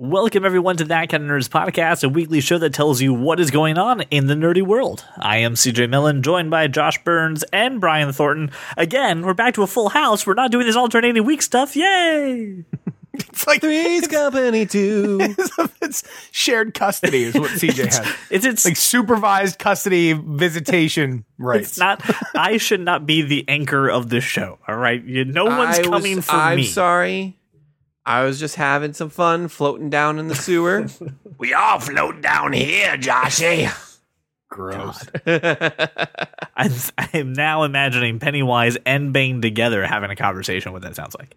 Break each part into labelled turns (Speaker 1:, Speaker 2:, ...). Speaker 1: Welcome, everyone, to That Kind of Nerds podcast, a weekly show that tells you what is going on in the nerdy world. I am CJ Millen, joined by Josh Burns and Brian Thornton. Again, we're back to a full house. We're not doing this alternating week stuff. Yay!
Speaker 2: It's like
Speaker 3: Three's Company too.
Speaker 2: it's shared custody is what CJ has.
Speaker 1: It's it's
Speaker 2: Like supervised custody visitation rights.
Speaker 1: it's not. I should not be the anchor of this show. All right, you, no one's
Speaker 3: I was-
Speaker 1: coming for
Speaker 3: I'm
Speaker 1: me.
Speaker 3: sorry. I was just having some fun floating down in the sewer.
Speaker 2: we all float down here, Joshy. Gross.
Speaker 1: I'm, I'm now imagining Pennywise and Bane together having a conversation. What that sounds like.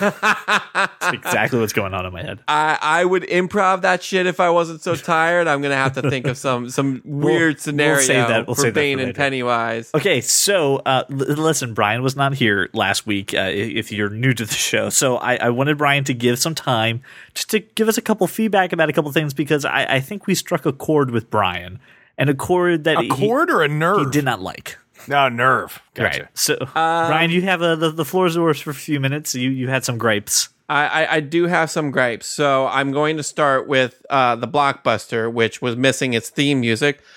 Speaker 1: That's exactly what's going on in my head.
Speaker 3: I, I would improv that shit if I wasn't so tired. I'm gonna have to think of some some weird scenario
Speaker 1: we'll save that- we'll
Speaker 3: for
Speaker 1: save that for
Speaker 3: Bane and
Speaker 1: later.
Speaker 3: Pennywise.
Speaker 1: Okay, so uh, l- listen, Brian was not here last week. Uh, i- if you're new to the show, so I-, I wanted Brian to give some time just to give us a couple feedback about a couple things because I, I think we struck a chord with Brian and a chord that
Speaker 2: A
Speaker 1: he-
Speaker 2: cord or a
Speaker 1: he,
Speaker 2: nerve?
Speaker 1: did not like.
Speaker 2: no, nerve. Gotcha.
Speaker 1: Right. So, Brian, you have uh the the floor is yours for a few minutes. You you had some gripes.
Speaker 3: I, I I do have some gripes, so I'm going to start with uh, the blockbuster, which was missing its theme music.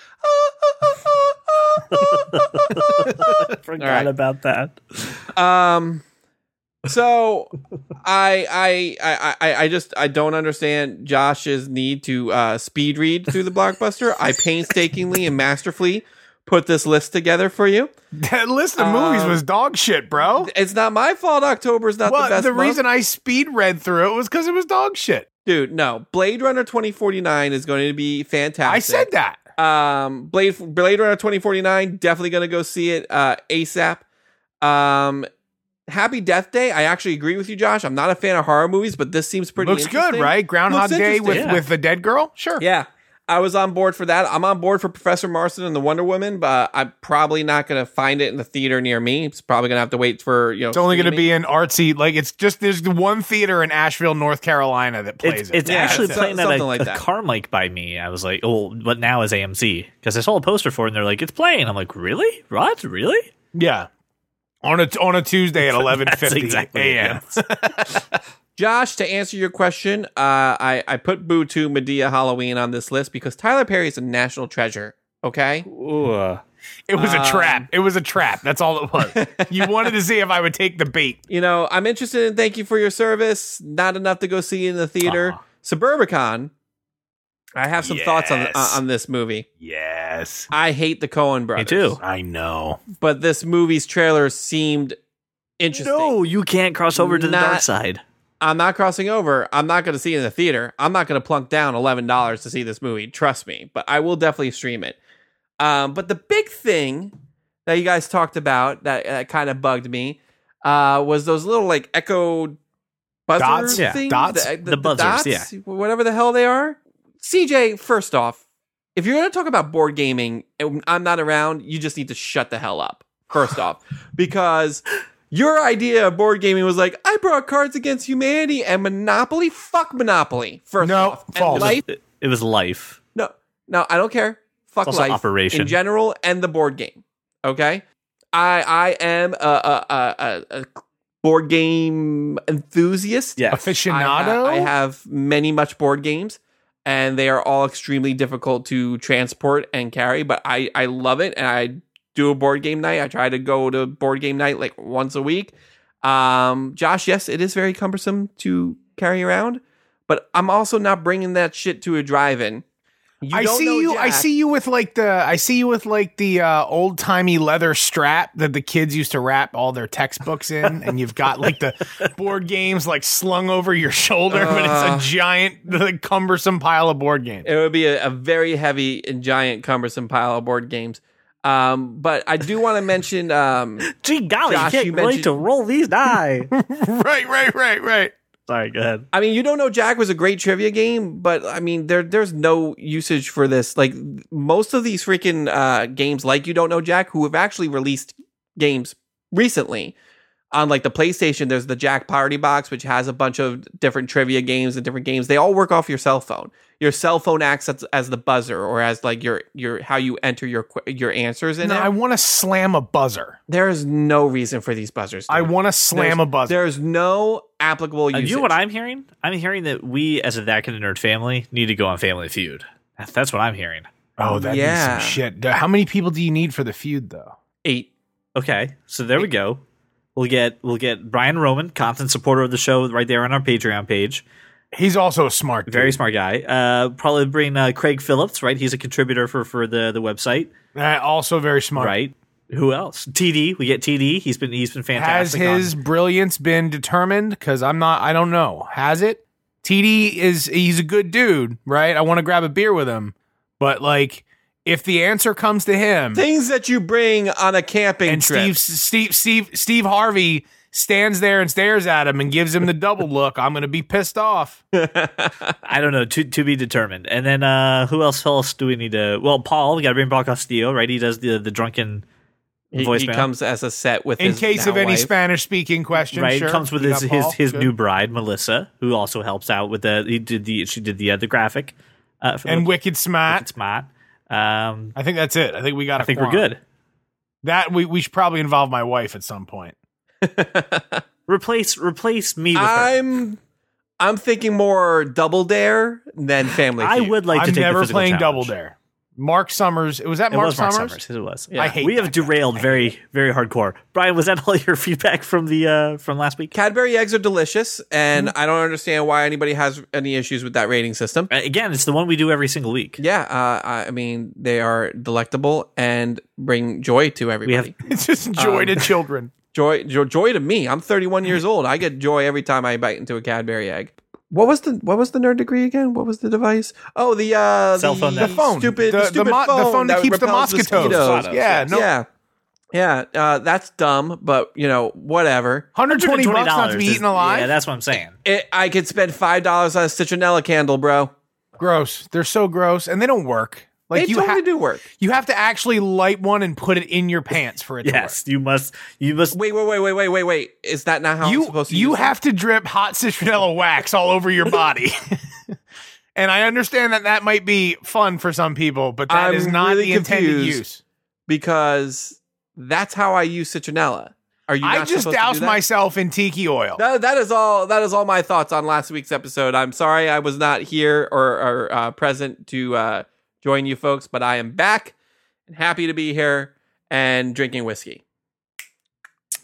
Speaker 1: Forgot
Speaker 3: right.
Speaker 1: about that.
Speaker 3: Um. So, I, I I I I just I don't understand Josh's need to uh, speed read through the blockbuster. I painstakingly and masterfully put this list together for you.
Speaker 2: That list of movies was dog shit, bro.
Speaker 3: It's not my fault. October's not the
Speaker 2: Well,
Speaker 3: best.
Speaker 2: the,
Speaker 3: month.
Speaker 2: reason I speed read through it was because it was dog shit.
Speaker 3: dude, no. Blade Runner twenty forty nine is going to be fantastic.
Speaker 2: I said that.
Speaker 3: Um, Blade Blade Runner twenty forty nine definitely gonna go see it uh, ASAP. Um, Happy Death Day. I actually agree with you, Josh. I'm not a fan of horror movies, but this seems pretty.
Speaker 2: Looks good,
Speaker 3: interesting.
Speaker 2: right? Groundhog
Speaker 3: Looks
Speaker 2: Day with,
Speaker 1: interesting.
Speaker 2: with the dead girl? Sure.
Speaker 3: Yeah, I was on board for that. I'm on board for Professor Marston and the Wonder Woman, but I'm probably not gonna find it in the theater near me. It's probably gonna have to wait for you know.
Speaker 2: It's only going to be an artsy, like, it's just, there's the one theater in Asheville, North Carolina that plays
Speaker 1: It's,
Speaker 2: it.
Speaker 1: it's
Speaker 3: Yeah,
Speaker 1: actually
Speaker 3: so-
Speaker 1: playing at a,
Speaker 3: something like
Speaker 1: a
Speaker 3: that.
Speaker 1: Carmike by me. I was like, oh, but now is AMC because I saw a poster for it and they're like, it's playing. I'm like, really? What? Really?
Speaker 2: Yeah. On a on a Tuesday at eleven
Speaker 1: That's
Speaker 2: fifty
Speaker 1: exactly what it
Speaker 2: a.m.
Speaker 1: is.
Speaker 3: Josh, to answer your question, uh, I, I put Boo to Medea Halloween on this list because Tyler Perry is a national treasure. Okay.
Speaker 2: It was a trap. It was a trap. That's all it was. you wanted to see if I would take the bait.
Speaker 3: You know, I'm interested in thank you for your service. Not enough to go see in the theater. Suburbicon. I have some thoughts on,
Speaker 2: Yes.
Speaker 3: on on this movie.
Speaker 2: Yes,
Speaker 3: I hate the Cohen brothers.
Speaker 1: Me too.
Speaker 2: I know.
Speaker 3: But this movie's trailer seemed interesting.
Speaker 1: No, you can't cross over to the dark
Speaker 3: Not-
Speaker 1: side.
Speaker 3: I'm not crossing over. I'm not going to see it in the theater. I'm not going to plunk down $11 to see this movie. Trust me, but I will definitely stream it. Um, but the big thing that you guys talked about that, that kind of bugged me uh, was those little like echo buzzer
Speaker 2: Dots?
Speaker 1: Yeah.
Speaker 3: things, uh,
Speaker 2: Dots?
Speaker 1: The buzzers,
Speaker 3: dots, whatever the hell they are. CJ, first off, if you're going to talk about board gaming and I'm not around, you just need to shut the hell up. First off, because your idea of board gaming was like, I brought Cards Against Humanity and Monopoly. Fuck Monopoly. First
Speaker 2: No,
Speaker 3: off,
Speaker 2: false.
Speaker 3: And life.
Speaker 1: It, it was life.
Speaker 3: No, no, I don't care. Fuck
Speaker 1: also
Speaker 3: life
Speaker 1: Operation.
Speaker 3: in general and the board game. Okay, I I am a a a, a, a board game enthusiast.
Speaker 1: Yeah.
Speaker 3: I, ha-
Speaker 2: Aficionado.
Speaker 3: I have many much board games, and they are all extremely difficult to transport and carry. But I I love it, and I do a board game night. I try to go to board game night like once a week. Um, Josh, yes, it is very cumbersome to carry around, but I'm also not bringing that shit to a drive-in. You
Speaker 2: I
Speaker 3: don't
Speaker 2: see
Speaker 3: know
Speaker 2: you. I
Speaker 3: Jack.
Speaker 2: see you with like the. I see you with like the uh, old timey leather strap that the kids used to wrap all their textbooks in, and you've got like the board games like slung over your shoulder, but
Speaker 3: Uh.
Speaker 2: it's a giant, like, cumbersome pile of board games.
Speaker 3: It would be a, a very heavy and giant, cumbersome pile of board games. Um, but I do want to mention um,
Speaker 1: Gee golly,
Speaker 3: Josh,
Speaker 1: you
Speaker 3: you
Speaker 1: can't wait
Speaker 3: mentioned-
Speaker 1: to roll these die.
Speaker 2: right, right, right, right.
Speaker 1: Sorry, go ahead.
Speaker 3: I mean, you don't know Jack was a great trivia game, but I mean, there there's no usage for this. Like most of these freaking uh, games, like you don't know Jack, who have actually released games recently, on like the PlayStation, there's the Jack Party box, which has a bunch of different trivia games and different games. They all work off your cell phone. Your cell phone acts as, as the buzzer or as like your your how you enter your qu- your answers in
Speaker 2: No,
Speaker 3: there.
Speaker 2: I want to slam a buzzer.
Speaker 3: there is no reason for these buzzers.
Speaker 2: I
Speaker 3: dude.
Speaker 2: want to slam a buzzer.
Speaker 3: There's no applicable
Speaker 1: Uh,
Speaker 3: usage.
Speaker 1: you know what I'm hearing? I'm hearing that we, as a That Kind of Nerd family, need to go on Family Feud. That- That's what I'm hearing.
Speaker 2: oh, that
Speaker 3: Yeah.
Speaker 2: is some shit. How many people do you need for the feud, though?
Speaker 3: Eight.
Speaker 1: Okay, so there we go. We'll get we'll get Brian Roman, constant supporter of the show, right there on our Patreon page.
Speaker 2: He's also a smart. Dude.
Speaker 1: Very smart guy. Uh, probably bring uh, Craig Phillips, right? He's a contributor for for the the website,
Speaker 2: Uh, also very smart.
Speaker 1: right? Who else? TD. We get TD. He's been he's been
Speaker 2: Has
Speaker 1: fantastic. on-
Speaker 2: his brilliance been determined? Because I'm not. I don't know. Has it? TD is. He's a good dude, right? I want to grab a beer with him, but like, if the answer comes to him,
Speaker 3: Things that you bring on a camping
Speaker 2: and
Speaker 3: trip.
Speaker 2: Steve, Steve, Steve, Steve Harvey stands there and stares at him and gives him the double look, I'm going to be pissed off.
Speaker 1: I don't know to to be determined. And then uh, who else else do we need to? Well, Paul. We got to bring Paul Castillo, right? He does the the drunken
Speaker 3: he, he
Speaker 1: voicemail.
Speaker 3: comes as a set with
Speaker 2: In
Speaker 3: his
Speaker 2: case
Speaker 3: now
Speaker 2: of any
Speaker 3: wife.
Speaker 2: Spanish speaking questions,
Speaker 1: right
Speaker 2: sure.
Speaker 1: comes with
Speaker 2: You
Speaker 1: his
Speaker 2: got
Speaker 1: his,
Speaker 2: Paul?
Speaker 1: his
Speaker 2: Good.
Speaker 1: new bride melissa who also helps out with the he did the she did the other graphic uh for
Speaker 2: and
Speaker 1: the,
Speaker 2: Wicked Smart.
Speaker 1: it's Matt. um
Speaker 2: I think that's it. I think we got.
Speaker 1: i think we're good
Speaker 2: That we we should probably involve my wife at some point.
Speaker 1: replace replace me with her
Speaker 3: I'm I'm thinking more double dare than family.
Speaker 1: i
Speaker 3: Feud.
Speaker 1: would like to
Speaker 2: I'm
Speaker 1: take the
Speaker 2: never
Speaker 1: physical
Speaker 2: playing double
Speaker 1: challenge.
Speaker 2: dare. Mark Summers. It was that
Speaker 1: it
Speaker 2: Mark
Speaker 1: was
Speaker 2: Summers.
Speaker 1: Mark Summers. It was.
Speaker 2: I hate
Speaker 1: we have
Speaker 2: that guy.
Speaker 1: derailed very, very hardcore. Brian, was that all your feedback from the uh from last week?
Speaker 3: Cadbury eggs are delicious, and I don't understand why anybody has any issues with that rating system.
Speaker 1: Uh, Again, it's the one we do every single week.
Speaker 3: Yeah, uh, I I mean they are delectable and bring joy to everybody.
Speaker 1: have-
Speaker 2: It's just joy
Speaker 1: Um,
Speaker 2: to children.
Speaker 3: joy, joy, joy to me. I'm 31 years old. I get joy every time I bite into a Cadbury egg. What was the what was the nerd degree again? What was the device? Oh, the uh,
Speaker 1: Cell phone
Speaker 3: the
Speaker 1: that-
Speaker 2: Phone.
Speaker 3: stupid,
Speaker 2: the,
Speaker 3: the, stupid
Speaker 2: the, mo-
Speaker 3: phone
Speaker 2: the phone that, keeps the
Speaker 3: repels
Speaker 2: mosquitoes.
Speaker 3: mosquitoes.
Speaker 2: Yeah, no,
Speaker 3: Yeah, yeah, uh, that's dumb, but you know whatever.
Speaker 2: 120 bucks not to
Speaker 1: $120
Speaker 2: be
Speaker 1: is-
Speaker 2: eaten alive.
Speaker 1: Yeah, that's what I'm saying.
Speaker 3: It, I could spend five dollars on a citronella candle, bro.
Speaker 2: gross. They're so gross, and they don't work. Like
Speaker 3: they
Speaker 2: you
Speaker 3: totally
Speaker 2: have
Speaker 3: do work.
Speaker 2: You have to actually light one and put it in your pants for it
Speaker 1: Yes, you must. You must.
Speaker 3: Wait, wait, wait, wait, wait, wait, wait. Is that not
Speaker 2: to
Speaker 3: how
Speaker 2: work.
Speaker 3: I'm supposed to?
Speaker 2: You you
Speaker 3: use it?
Speaker 2: have to drip hot citronella wax all over your body. and I understand that that might be fun for some people, but that
Speaker 3: I'm
Speaker 2: is not
Speaker 3: really
Speaker 2: the intended
Speaker 3: confused.
Speaker 2: use.
Speaker 3: because that's how I use citronella. Are you?
Speaker 2: I
Speaker 3: not
Speaker 2: just
Speaker 3: supposed to do
Speaker 2: doused
Speaker 3: that?
Speaker 2: myself in tiki oil.
Speaker 3: That, that is all. That is all my thoughts on last week's episode. I'm sorry I was not here or, or uh, present to uh, join you folks, but I am back and happy to be here and drinking whiskey.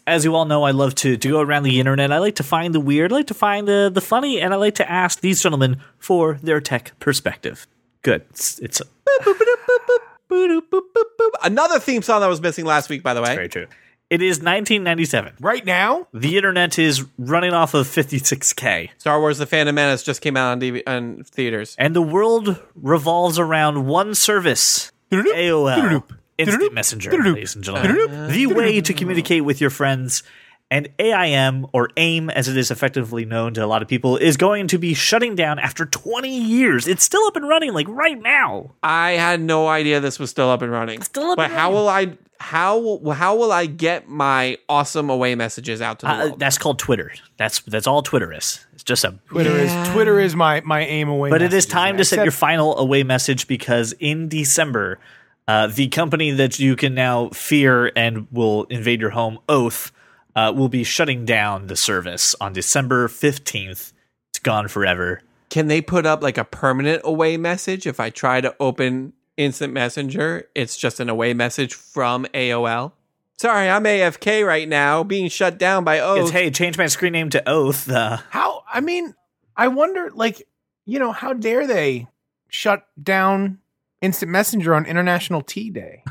Speaker 1: as you all know, I love to to go around the internet. I like to find the weird, I like to find the the funny, and I like to ask these gentlemen for their tech perspective. Good. It's, it's
Speaker 3: Boop, boop, boop, boop. Another theme song that was missing last week, by the way.
Speaker 1: true. It is 1997.
Speaker 2: Right now,
Speaker 1: The internet is running off of 56k,
Speaker 3: Star Wars: The Phantom Menace just came out on, DV- on theaters.
Speaker 1: and the world revolves around one service: AOL Instant Messenger. Ladies and gentlemen, the way to communicate with your friends. And AIM, or AIM as it is effectively known to a lot of people, is going to be shutting down after 20 years. It's still up and running, like right now. Uh,
Speaker 3: I had no idea this was still up and running.
Speaker 1: still up
Speaker 3: but
Speaker 1: and
Speaker 3: how
Speaker 1: running.
Speaker 3: will I? How will- how will I get my awesome away messages out to the
Speaker 1: Uh,
Speaker 3: world?
Speaker 1: that's called Twitter. That's that's all Twitter is. It's just a.
Speaker 2: Twitter is Twitter is my my aim away.
Speaker 1: But it is
Speaker 2: messages.
Speaker 1: time to set your final away message because in December, uh, the company that you can now fear and will invade your home, Oath, uh, will be shutting down the service on December fifteenth. It's gone forever.
Speaker 3: Can they put up like a permanent away message if I try to open Instant Messenger? It's just an away message from AOL. Sorry, I'm AFK right now, being shut down by
Speaker 1: It's
Speaker 3: Oath.
Speaker 1: hey, change my screen name to Oath. Uh,
Speaker 2: How I mean, I wonder like, you know, how dare they shut down instant messenger on International Tea Day?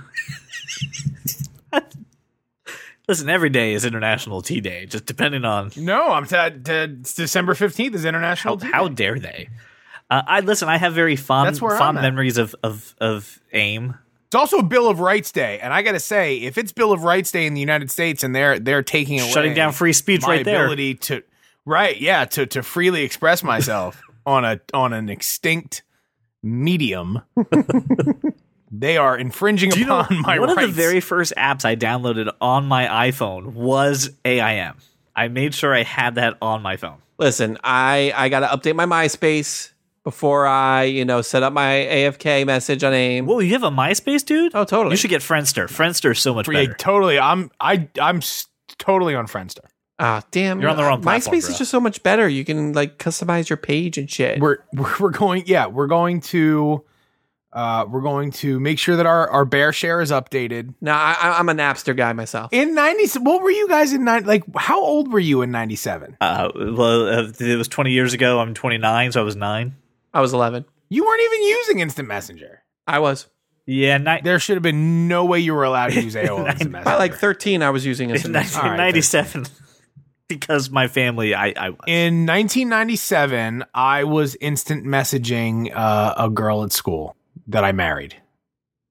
Speaker 1: listen, every day is International Tea Day. Just depending on
Speaker 2: No, I'm t- t- it's December 15th is International
Speaker 1: How, how dare they? Uh, I listen. I have very fond
Speaker 2: That's where I'm
Speaker 1: fond
Speaker 2: at.
Speaker 1: memories of of of AIM.
Speaker 2: It's also Bill of Rights Day, and I got to say, if it's Bill of Rights Day in the United States and they're they're taking away
Speaker 1: shutting down free speech
Speaker 2: my
Speaker 1: right there.
Speaker 2: ability to right, yeah, to to freely express myself on a on an extinct medium, they are infringing
Speaker 1: Do you know
Speaker 2: upon my
Speaker 1: one
Speaker 2: rights.
Speaker 1: of the very first apps I downloaded on my iPhone was AIM? I made sure I had that on my phone.
Speaker 3: Listen, I I gotta update my MySpace before I you know set up my AFK message on AIM.
Speaker 1: Whoa, you have a MySpace, dude?
Speaker 3: Oh, totally.
Speaker 1: You should get Friendster. Friendster is so much
Speaker 2: Yeah,
Speaker 1: better.
Speaker 2: totally. I'm I I'm s- totally on Friendster.
Speaker 3: Ah, damn.
Speaker 1: You're on the wrong platform,
Speaker 3: MySpace
Speaker 1: bro.
Speaker 3: is just so much better. You can like customize your page and shit.
Speaker 2: We're we're we're going. Yeah, we're going to uh we're going to make sure that our our bear share is updated.
Speaker 3: no, I, I- I'm a Napster guy myself.
Speaker 2: In ninety, what were you guys in nine? Like, how old were you in ninety seven?
Speaker 1: Uh, well, uh, it was 20 years ago. I'm 29, so I was nine.
Speaker 3: I was 11.
Speaker 2: You weren't even using instant messenger.
Speaker 3: I was
Speaker 1: Yeah, ni-
Speaker 2: There should have been no way you were allowed to use AOL instant messenger.
Speaker 3: by like 13. I was using it.
Speaker 1: in
Speaker 2: all right,
Speaker 1: 1997 because my family, I, I was.
Speaker 2: in 1997, I was instant messaging uh, a girl at school that I married.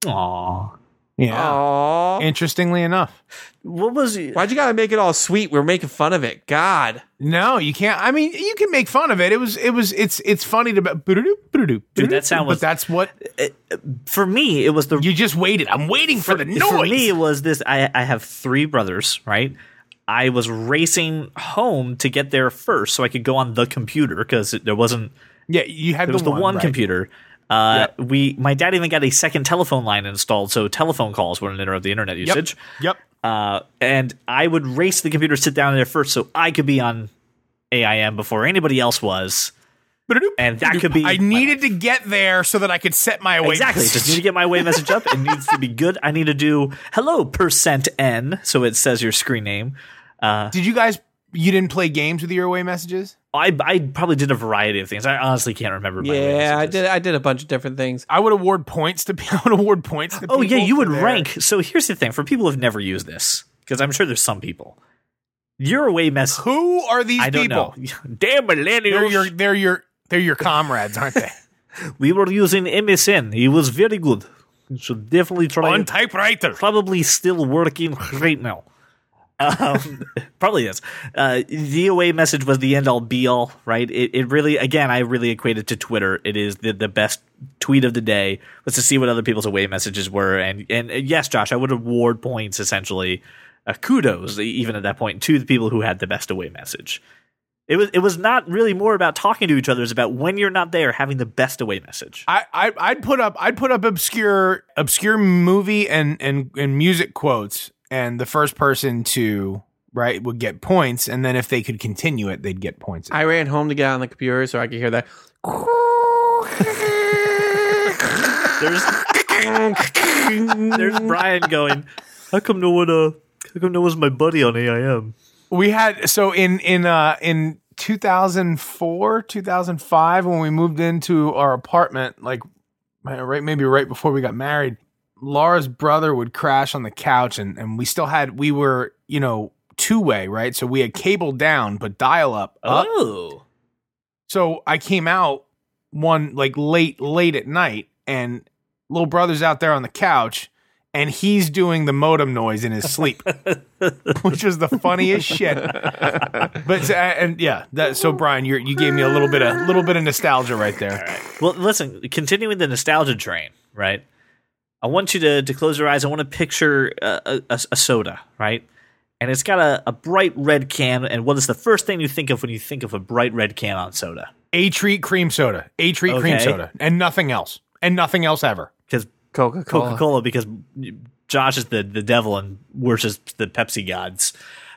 Speaker 1: Aw.
Speaker 2: Yeah.
Speaker 3: Aww.
Speaker 2: Interestingly enough.
Speaker 1: What was it?
Speaker 3: Why'd you gotta make it all sweet? We are making fun of it. God.
Speaker 2: No, you can't. I mean, you can make fun of it. It was, it was, it's, it's funny to, boop-a-doop, boop-a-doop,
Speaker 1: Dude, that
Speaker 2: boop-a-doop,
Speaker 1: sound was-
Speaker 2: But that's what
Speaker 1: for me? It was the
Speaker 2: you just waited. I'm waiting for, the noise.
Speaker 1: for me it was this. I, I have three brothers, right? I was racing home to get there first so I could go on the computer because there wasn't
Speaker 2: yeah, you had
Speaker 1: there was the one,
Speaker 2: right.
Speaker 1: computer. Uh, We my dad even got a second telephone line installed so telephone calls wouldn't interrupt the internet
Speaker 2: Yep.
Speaker 1: usage.
Speaker 2: Yep.
Speaker 1: Uh, and I would race the computer, sit down there first, so I could be on AIM before anybody else was.
Speaker 2: Boop-a-doop,
Speaker 1: And that
Speaker 2: boop-a-doop.
Speaker 1: could be-
Speaker 2: I needed to get there so that I could set my awake.
Speaker 1: Exactly. Just need to get my way message up. It needs to be good. I need to do hello percent n, so it says your screen name.
Speaker 2: Did you guys? You didn't play games with your away messages?
Speaker 1: I, I probably did a variety of things. I honestly can't remember. My way
Speaker 3: Yeah, I
Speaker 1: messages.
Speaker 3: did. I did a bunch of different things.
Speaker 2: I would award points to. I would award points to.
Speaker 1: Oh yeah,
Speaker 2: people
Speaker 1: you would
Speaker 2: for their-
Speaker 1: rank. So here's the thing: for people who've never used this, because I'm sure there's some people, your away message.
Speaker 2: Who are these
Speaker 1: I don't
Speaker 2: people?
Speaker 1: know. Damn
Speaker 2: They're your.
Speaker 1: millennials!
Speaker 2: They're your. They're your comrades, aren't they?
Speaker 1: We were using MSN. It was very good. You should definitely try.
Speaker 2: On
Speaker 1: it.
Speaker 2: typewriter.
Speaker 1: probably still working right now. Um, probably is. Uh, the away message was the end all be all, right? It, it really, again, I really equate it to Twitter. It is the, the best tweet of the day was to see what other people's away messages were. And, and uh, yes, Josh, I would award points essentially, uh, kudos even at that point to the people who had the best away message. It was it was not really more about talking to each other. It's about when you're not there, having the best away message.
Speaker 2: I, I I'd put up I'd put up obscure obscure movie and and and music quotes, and the first person to right would get points, and then if they could continue it, they'd get points.
Speaker 3: I ran home to get on the computer so I could hear that.
Speaker 1: There's There's Brian going. How come no one? Uh, how come no one's my buddy on AIM?
Speaker 2: we had so in in uh in 2004 2005 when we moved into our apartment like uh, right maybe right before we got married laura's brother would crash on the couch and and we still had we were you know two way right so we had cable down but dial up up
Speaker 1: Oh,
Speaker 2: so I came out one like late, late at night, and little brother's out there on the couch, and he's doing the modem noise in his sleep,
Speaker 1: Oh.
Speaker 2: which was the funniest shit. But uh, and yeah, that, so Brian, you you gave me a little bit of little bit of nostalgia right there.
Speaker 1: well, listen. Continuing the nostalgia train, right? I want you to to close your eyes. I want to picture uh, a, a, a soda, right? And it's got a, a bright red can. And what is the first thing you think of when you think of a bright red can on soda?
Speaker 2: A treat cream soda, a treat cream
Speaker 1: Okay.
Speaker 2: soda, and nothing else, and nothing else ever.
Speaker 1: Because
Speaker 3: Coca
Speaker 1: Coca
Speaker 3: Cola.
Speaker 1: Cola, because Josh is the, the devil and worships the Pepsi gods.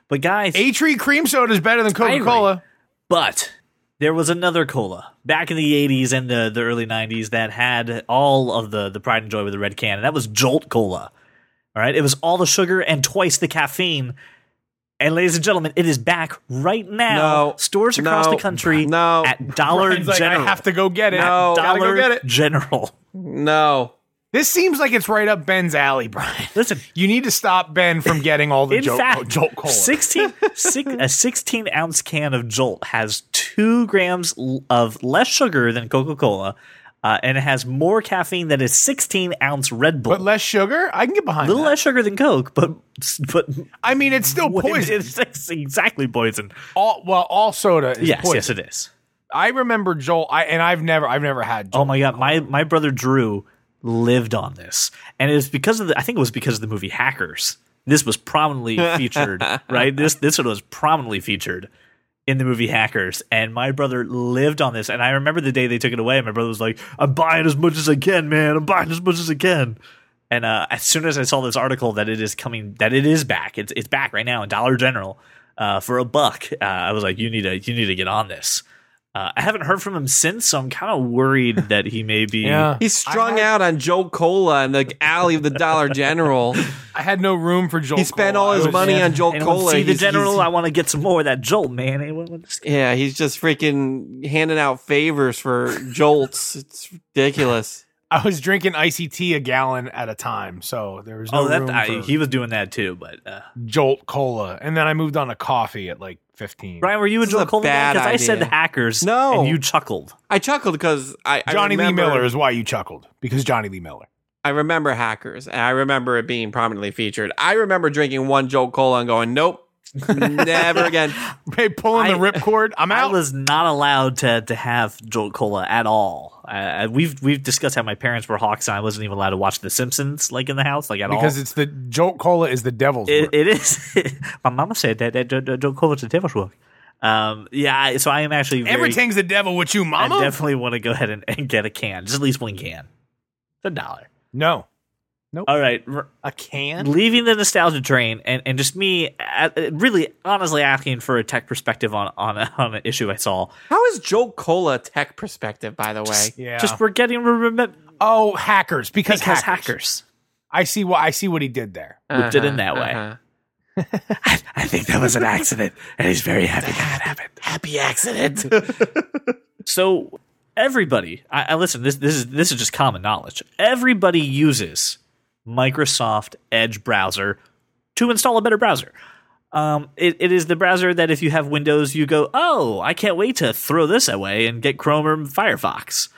Speaker 1: But guys,
Speaker 2: A treat cream soda is better than Coca Cola.
Speaker 1: But there was another cola back in the 80s and the, the early 90s that had all of the, the pride and joy with the red can, and that was Jolt Cola. All right, it was all the sugar and twice the caffeine. And ladies and gentlemen, it is back right now.
Speaker 3: No.
Speaker 1: Stores across
Speaker 3: No.
Speaker 1: the country
Speaker 3: No.
Speaker 1: at Dollar
Speaker 2: Brian's like, I
Speaker 1: General.
Speaker 2: have to go get it.
Speaker 3: No.
Speaker 2: Gotta
Speaker 1: Dollar
Speaker 2: go get it.
Speaker 1: General.
Speaker 3: No.
Speaker 2: This seems like it's right up Ben's alley, Brian.
Speaker 1: Listen,
Speaker 2: You need to stop Ben from getting all the
Speaker 1: in
Speaker 2: jolt, oh,
Speaker 1: fact,
Speaker 2: jolt cola.
Speaker 1: 16, six, a 16 ounce can of Jolt has two grams l- of less sugar than Coca Cola, uh, and it has more caffeine than a 16 ounce Red Bull.
Speaker 2: but less sugar? I can get behind
Speaker 1: a little
Speaker 2: that.
Speaker 1: less sugar than Coke, but but
Speaker 2: I mean, it's still poison.
Speaker 1: It's, it's exactly poison.
Speaker 2: all, well, all soda is
Speaker 1: Yes,
Speaker 2: poison.
Speaker 1: yes, it is.
Speaker 2: I remember Jolt, I, and I've never, I've never had Jolt.
Speaker 1: Oh my god, my my brother Drew lived on this, and it was because of the. I think it was because of the movie Hackers This was prominently featured, right? This this one was prominently featured in the movie Hackers, and my brother lived on this. And I remember the day they took it away. My brother was like, "I'm buying as much as I can, man. I'm buying as much as I can." And uh, as soon as I saw this article that it is coming, that it is back, it's it's back right now in Dollar General uh, for a buck. Uh, I was like, "You need to you need to get on this." Uh, I haven't heard from him since, so I'm kind of worried that he may be.
Speaker 2: Yeah.
Speaker 3: He's strung out on Joe Cola in the alley of the Dollar General.
Speaker 2: I had no room for Joel.
Speaker 3: he spent
Speaker 2: Cole.
Speaker 3: all
Speaker 2: I
Speaker 3: his
Speaker 2: was-
Speaker 3: money on Joe
Speaker 1: Anyone
Speaker 3: Cola.
Speaker 1: see the
Speaker 3: He's- he's-
Speaker 1: general? I want to get some more of that jolt, man. Anyone want to-
Speaker 3: yeah, he's just freaking handing out favors for jolts. It's ridiculous.
Speaker 2: I was drinking icy tea a gallon at a time, so there was no
Speaker 1: oh, that
Speaker 2: room
Speaker 1: I,
Speaker 2: for
Speaker 1: he was doing that too. But uh,
Speaker 2: Jolt Cola, and then I moved on to coffee at like fifteen.
Speaker 1: Brian, were you
Speaker 3: This
Speaker 1: and
Speaker 3: is
Speaker 1: Joel
Speaker 3: a
Speaker 1: Coleman?
Speaker 3: bad
Speaker 1: Because I said
Speaker 3: idea.
Speaker 1: hackers.
Speaker 3: No.
Speaker 1: and you chuckled.
Speaker 3: I chuckled because I, I
Speaker 2: Johnny
Speaker 3: remember,
Speaker 2: Lee Miller is why you chuckled because Johnny Lee Miller.
Speaker 3: I remember Hackers, and I remember it being prominently featured. I remember drinking one Joe Cola and going, "Nope, never again."
Speaker 2: Hey, pulling the
Speaker 1: I-
Speaker 2: ripcord. I'm
Speaker 1: I
Speaker 2: out.
Speaker 1: was not allowed to to have Joel Cola at all. I, I, we've we've discussed how my parents were hawks, and I wasn't even allowed to watch The Simpsons like in the house, like at
Speaker 2: because
Speaker 1: all.
Speaker 2: it's the Jolt Cola is the devil's.
Speaker 1: It,
Speaker 2: work.
Speaker 1: it is. my mama said that that Jo- Jo- Joel Cola's a devil's work. Um, yeah, I- so I am actually very,
Speaker 2: Everything's the devil with you,
Speaker 1: I
Speaker 2: Mama.
Speaker 1: definitely want to go ahead and, and get a can, just at least one can. It's a dollar.
Speaker 2: no,
Speaker 1: All right, r-
Speaker 2: a can.
Speaker 1: leaving the nostalgia train and, and just me uh, really honestly asking for a tech perspective on on, on an issue I saw.
Speaker 3: How is Joe Cola tech perspective, by the way?
Speaker 2: Yeah.
Speaker 1: Just we're getting remember
Speaker 2: oh, hackers because,
Speaker 1: because
Speaker 2: hackers.
Speaker 1: hackers.
Speaker 2: I see what I see what he did there.
Speaker 1: Whipped it in that way.
Speaker 3: uh-huh.
Speaker 1: I think that was an accident, and he's very happy that happened.
Speaker 3: Happy accident.
Speaker 1: So everybody, I, I listen. This this is this is just common knowledge. Everybody uses Microsoft Edge browser to install a better browser. Um, it, it is the browser that if you have Windows, you go, oh, I can't wait to throw this away and get Chrome or Firefox.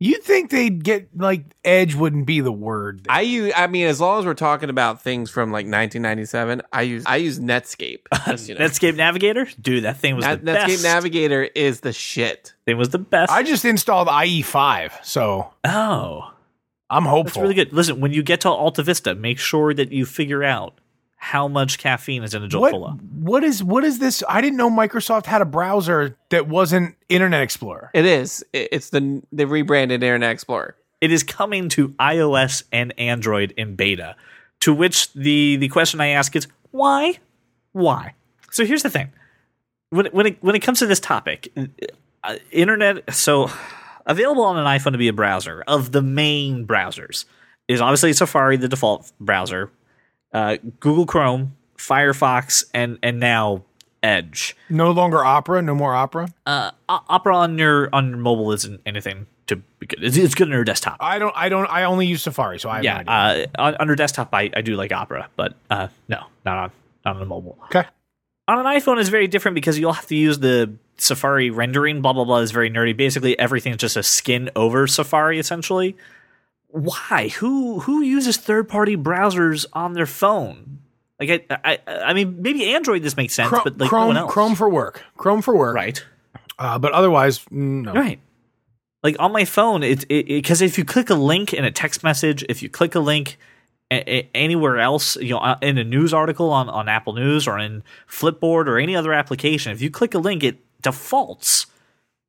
Speaker 2: You'd think they'd get like edge wouldn't be the word.
Speaker 3: I use. I mean, as long as we're talking about things from like 1997, I use. I use Netscape. Just, you know.
Speaker 1: Netscape Navigator, dude, that thing was
Speaker 3: Na-
Speaker 1: the
Speaker 3: Netscape
Speaker 1: best.
Speaker 3: Navigator is the shit.
Speaker 1: thing was the best.
Speaker 2: I just installed IE5, so
Speaker 1: oh,
Speaker 2: I'm
Speaker 1: that's
Speaker 2: hopeful.
Speaker 1: really good. Listen, when you get to Alta Vista, make sure that you figure out how much caffeine is in a Jolt
Speaker 2: What
Speaker 1: Cola.
Speaker 2: what is what is this? I didn't know Microsoft had a browser that wasn't Internet Explorer.
Speaker 3: It is. It- It's the the rebranded Internet Explorer.
Speaker 1: it is coming to iOS and Android in beta. To which the the question I ask is why, why? So here's the thing: when when it, when it comes to this topic, uh, internet so available on an iPhone to be a browser of the main browsers is obviously Safari, the default browser, uh, Google Chrome, Firefox, and and now Edge.
Speaker 2: No longer Opera, no more Opera.
Speaker 1: Uh, O- Opera on your on your mobile isn't anything to be good. It's, it's good on your desktop.
Speaker 2: I don't I don't I only use Safari, so I have no
Speaker 1: yeah,
Speaker 2: idea.
Speaker 1: uh, on, under desktop, I, I do like Opera, but uh, no, not on not on a mobile.
Speaker 2: okay.
Speaker 1: On an iPhone, it's very different because you'll have to use the Safari rendering. Blah blah blah is very nerdy. Basically, everything's just a skin over Safari, essentially. Why? Who who uses third party browsers on their phone? Like I, I I mean maybe Android this makes sense,
Speaker 2: Chrome,
Speaker 1: but like no
Speaker 2: Chrome,
Speaker 1: one else.
Speaker 2: Chrome for work. Chrome for work.
Speaker 1: right?
Speaker 2: Uh, but otherwise, mm, no.
Speaker 1: Right. Like on my phone, it because if you click a link in a text message, if you click a link a- a- anywhere else, you know, uh, in a news article on on Apple News or in Flipboard or any other application, if you click a link, it defaults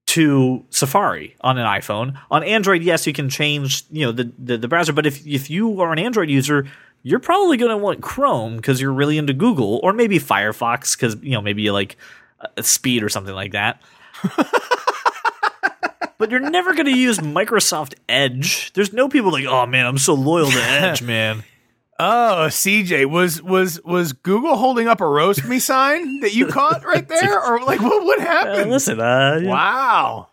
Speaker 1: to Safari on an iPhone. On Android, yes, you can change you know the the, the browser, but if if you are an Android user. You're probably going to want Chrome because you're really into Google, or maybe Firefox because you know maybe you like uh, speed or something like that but you're never going to use Microsoft Edge. There's no people like, oh man, I'm so loyal to Edge, man.
Speaker 2: Oh, CJ, was was was Google holding up a roast me sign that you caught right there, or like what what
Speaker 1: Uh,
Speaker 2: happened?
Speaker 1: listen, uh, yeah.
Speaker 2: Wow,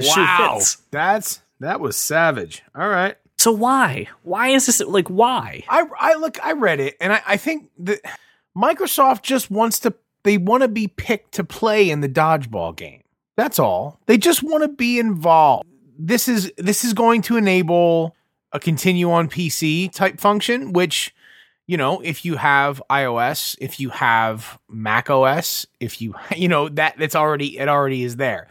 Speaker 1: shoe
Speaker 2: wow,
Speaker 1: fits.
Speaker 2: that's that was savage. All right,
Speaker 1: so why? Why is this like why?
Speaker 2: I I look, I read it, and I I think that Microsoft just wants to they want to be picked to play in the dodgeball game. That's all. They just want to be involved. This is this is going to enable a continue on PC type function, which you know, if you have iOS, if you have Mac OS, if you you know that it's already it already is there.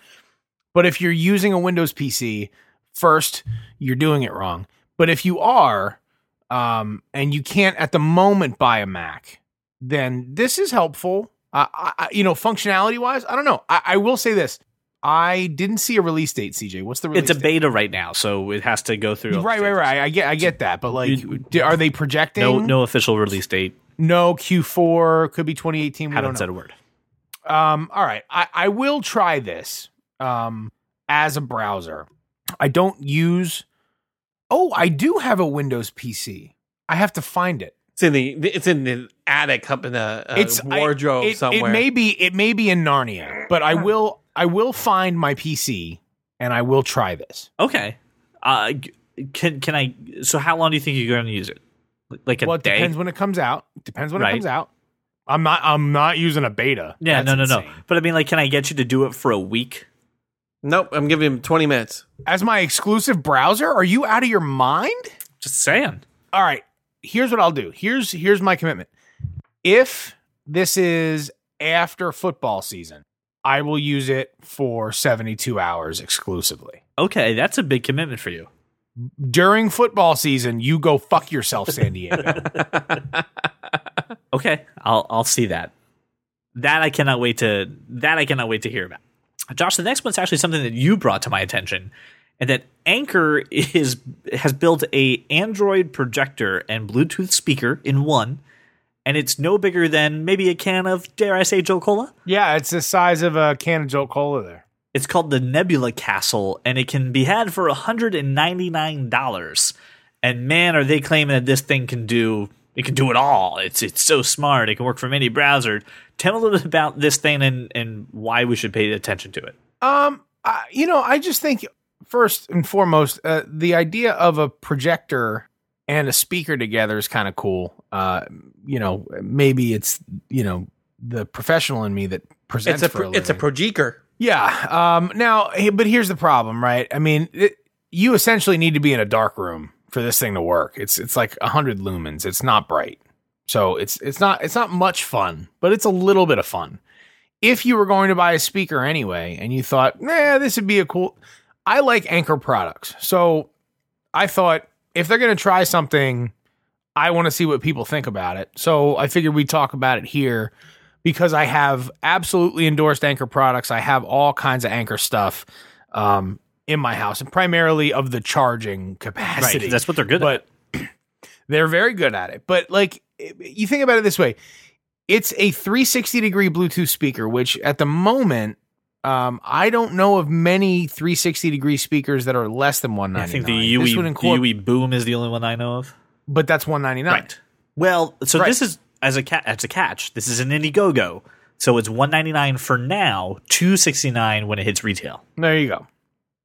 Speaker 2: But if you're using a Windows PC, first you're doing it wrong. But if you are, um, and you can't at the moment buy a Mac, then this is helpful. Uh, I, I, you know, functionality wise, I don't know. I, I will say this: I didn't see a release date. CJ, what's the release?
Speaker 1: It's a
Speaker 2: date?
Speaker 1: beta right now, so it has to go through. all the
Speaker 2: Right, right,
Speaker 1: stages.
Speaker 2: right. I get, I get that, but like,
Speaker 1: You-
Speaker 2: d- are they projecting?
Speaker 1: No, no official release date.
Speaker 2: no. Q4 could be 2018. We don't
Speaker 1: Haven't
Speaker 2: know.
Speaker 1: said a word.
Speaker 2: Um, all right, I, I will try this um, as a browser. I don't use. Oh, I do have a Windows PC. I have to find it.
Speaker 3: It's in the it's in the attic up in a, a
Speaker 2: It's- I-
Speaker 3: wardrobe
Speaker 2: it,
Speaker 3: somewhere.
Speaker 2: it may be it may be in Narnia, but I will I will find my PC and I will try this.
Speaker 1: Okay. Uh, g- can can I? So how long do you think you're going to use it? Like a
Speaker 2: well, it
Speaker 1: day?
Speaker 2: depends when it comes out. Depends when it
Speaker 1: Right.
Speaker 2: comes out. I'm not I'm not using a beta.
Speaker 1: yeah,
Speaker 2: That's
Speaker 1: no, no, no.
Speaker 2: insane.
Speaker 1: But I mean, like, can I get you to do it for a week?
Speaker 3: nope, I'm giving him 20 minutes.
Speaker 2: As my exclusive browser, are you out of your mind?
Speaker 1: Just saying.
Speaker 2: all right here's what i'll do here's here's my commitment if this is after football season i will use it for 72 hours exclusively
Speaker 1: Okay, that's a big commitment for you.
Speaker 2: during football season you go fuck yourself san diego
Speaker 1: Okay, I'll I'll see that. That I cannot wait to that I cannot wait to hear about. Josh, the next one's actually something that you brought to my attention, and that Anchor is has built a Android projector and Bluetooth speaker in one, and it's no bigger than maybe a can of dare I say Joe Cola.
Speaker 2: yeah it's the size of a can of jolt cola there
Speaker 1: It's called the Nebula Castle, and it can be had for hundred and ninety nine dollars. And man, are they claiming that this thing can do it can do it all? It's it's so smart. It can work from any browser. Tell me a little bit about this thing and and why we should pay attention to it.
Speaker 2: Um, I, you know, I just think first and foremost, uh, the idea of a projector and a speaker together is kind of cool. Uh, you know, maybe it's you know the professional in me that presents.
Speaker 3: It's a
Speaker 2: for
Speaker 3: pro, it's a
Speaker 2: living.
Speaker 3: projeker.
Speaker 2: yeah. Um, now, he- but here's the problem, right? I mean, it, you essentially need to be in a dark room for this thing to work. It's it's like hundred lumens. It's not bright, so it's it's not it's not much fun, but it's a little bit of fun if you were going to buy a speaker anyway and you thought, nah, this would be a cool. I like Anchor products. So I thought if they're going to try something, I want to see what people think about it. So I figured we'd talk about it here because I have absolutely endorsed Anchor products. I have all kinds of Anchor stuff um, in my house and primarily of the charging
Speaker 1: Right,
Speaker 2: capacity
Speaker 1: 'cause that's what they're good at.
Speaker 2: but they're very good at it. But like you think about it this way, it's a 360 degree Bluetooth speaker, which at the moment um, I don't know of many 360 degree speakers that are less than
Speaker 1: I
Speaker 2: 199.
Speaker 1: think the
Speaker 2: This
Speaker 1: UE
Speaker 2: would incor-
Speaker 1: the UE E Boom is the only one I know of.
Speaker 2: but that's 199.
Speaker 1: Right. Well, so
Speaker 2: Right.
Speaker 1: this is as a cat as a catch. This is an Indiegogo, so it's one ninety nine for now, two sixty nine when it hits retail.
Speaker 2: There you go.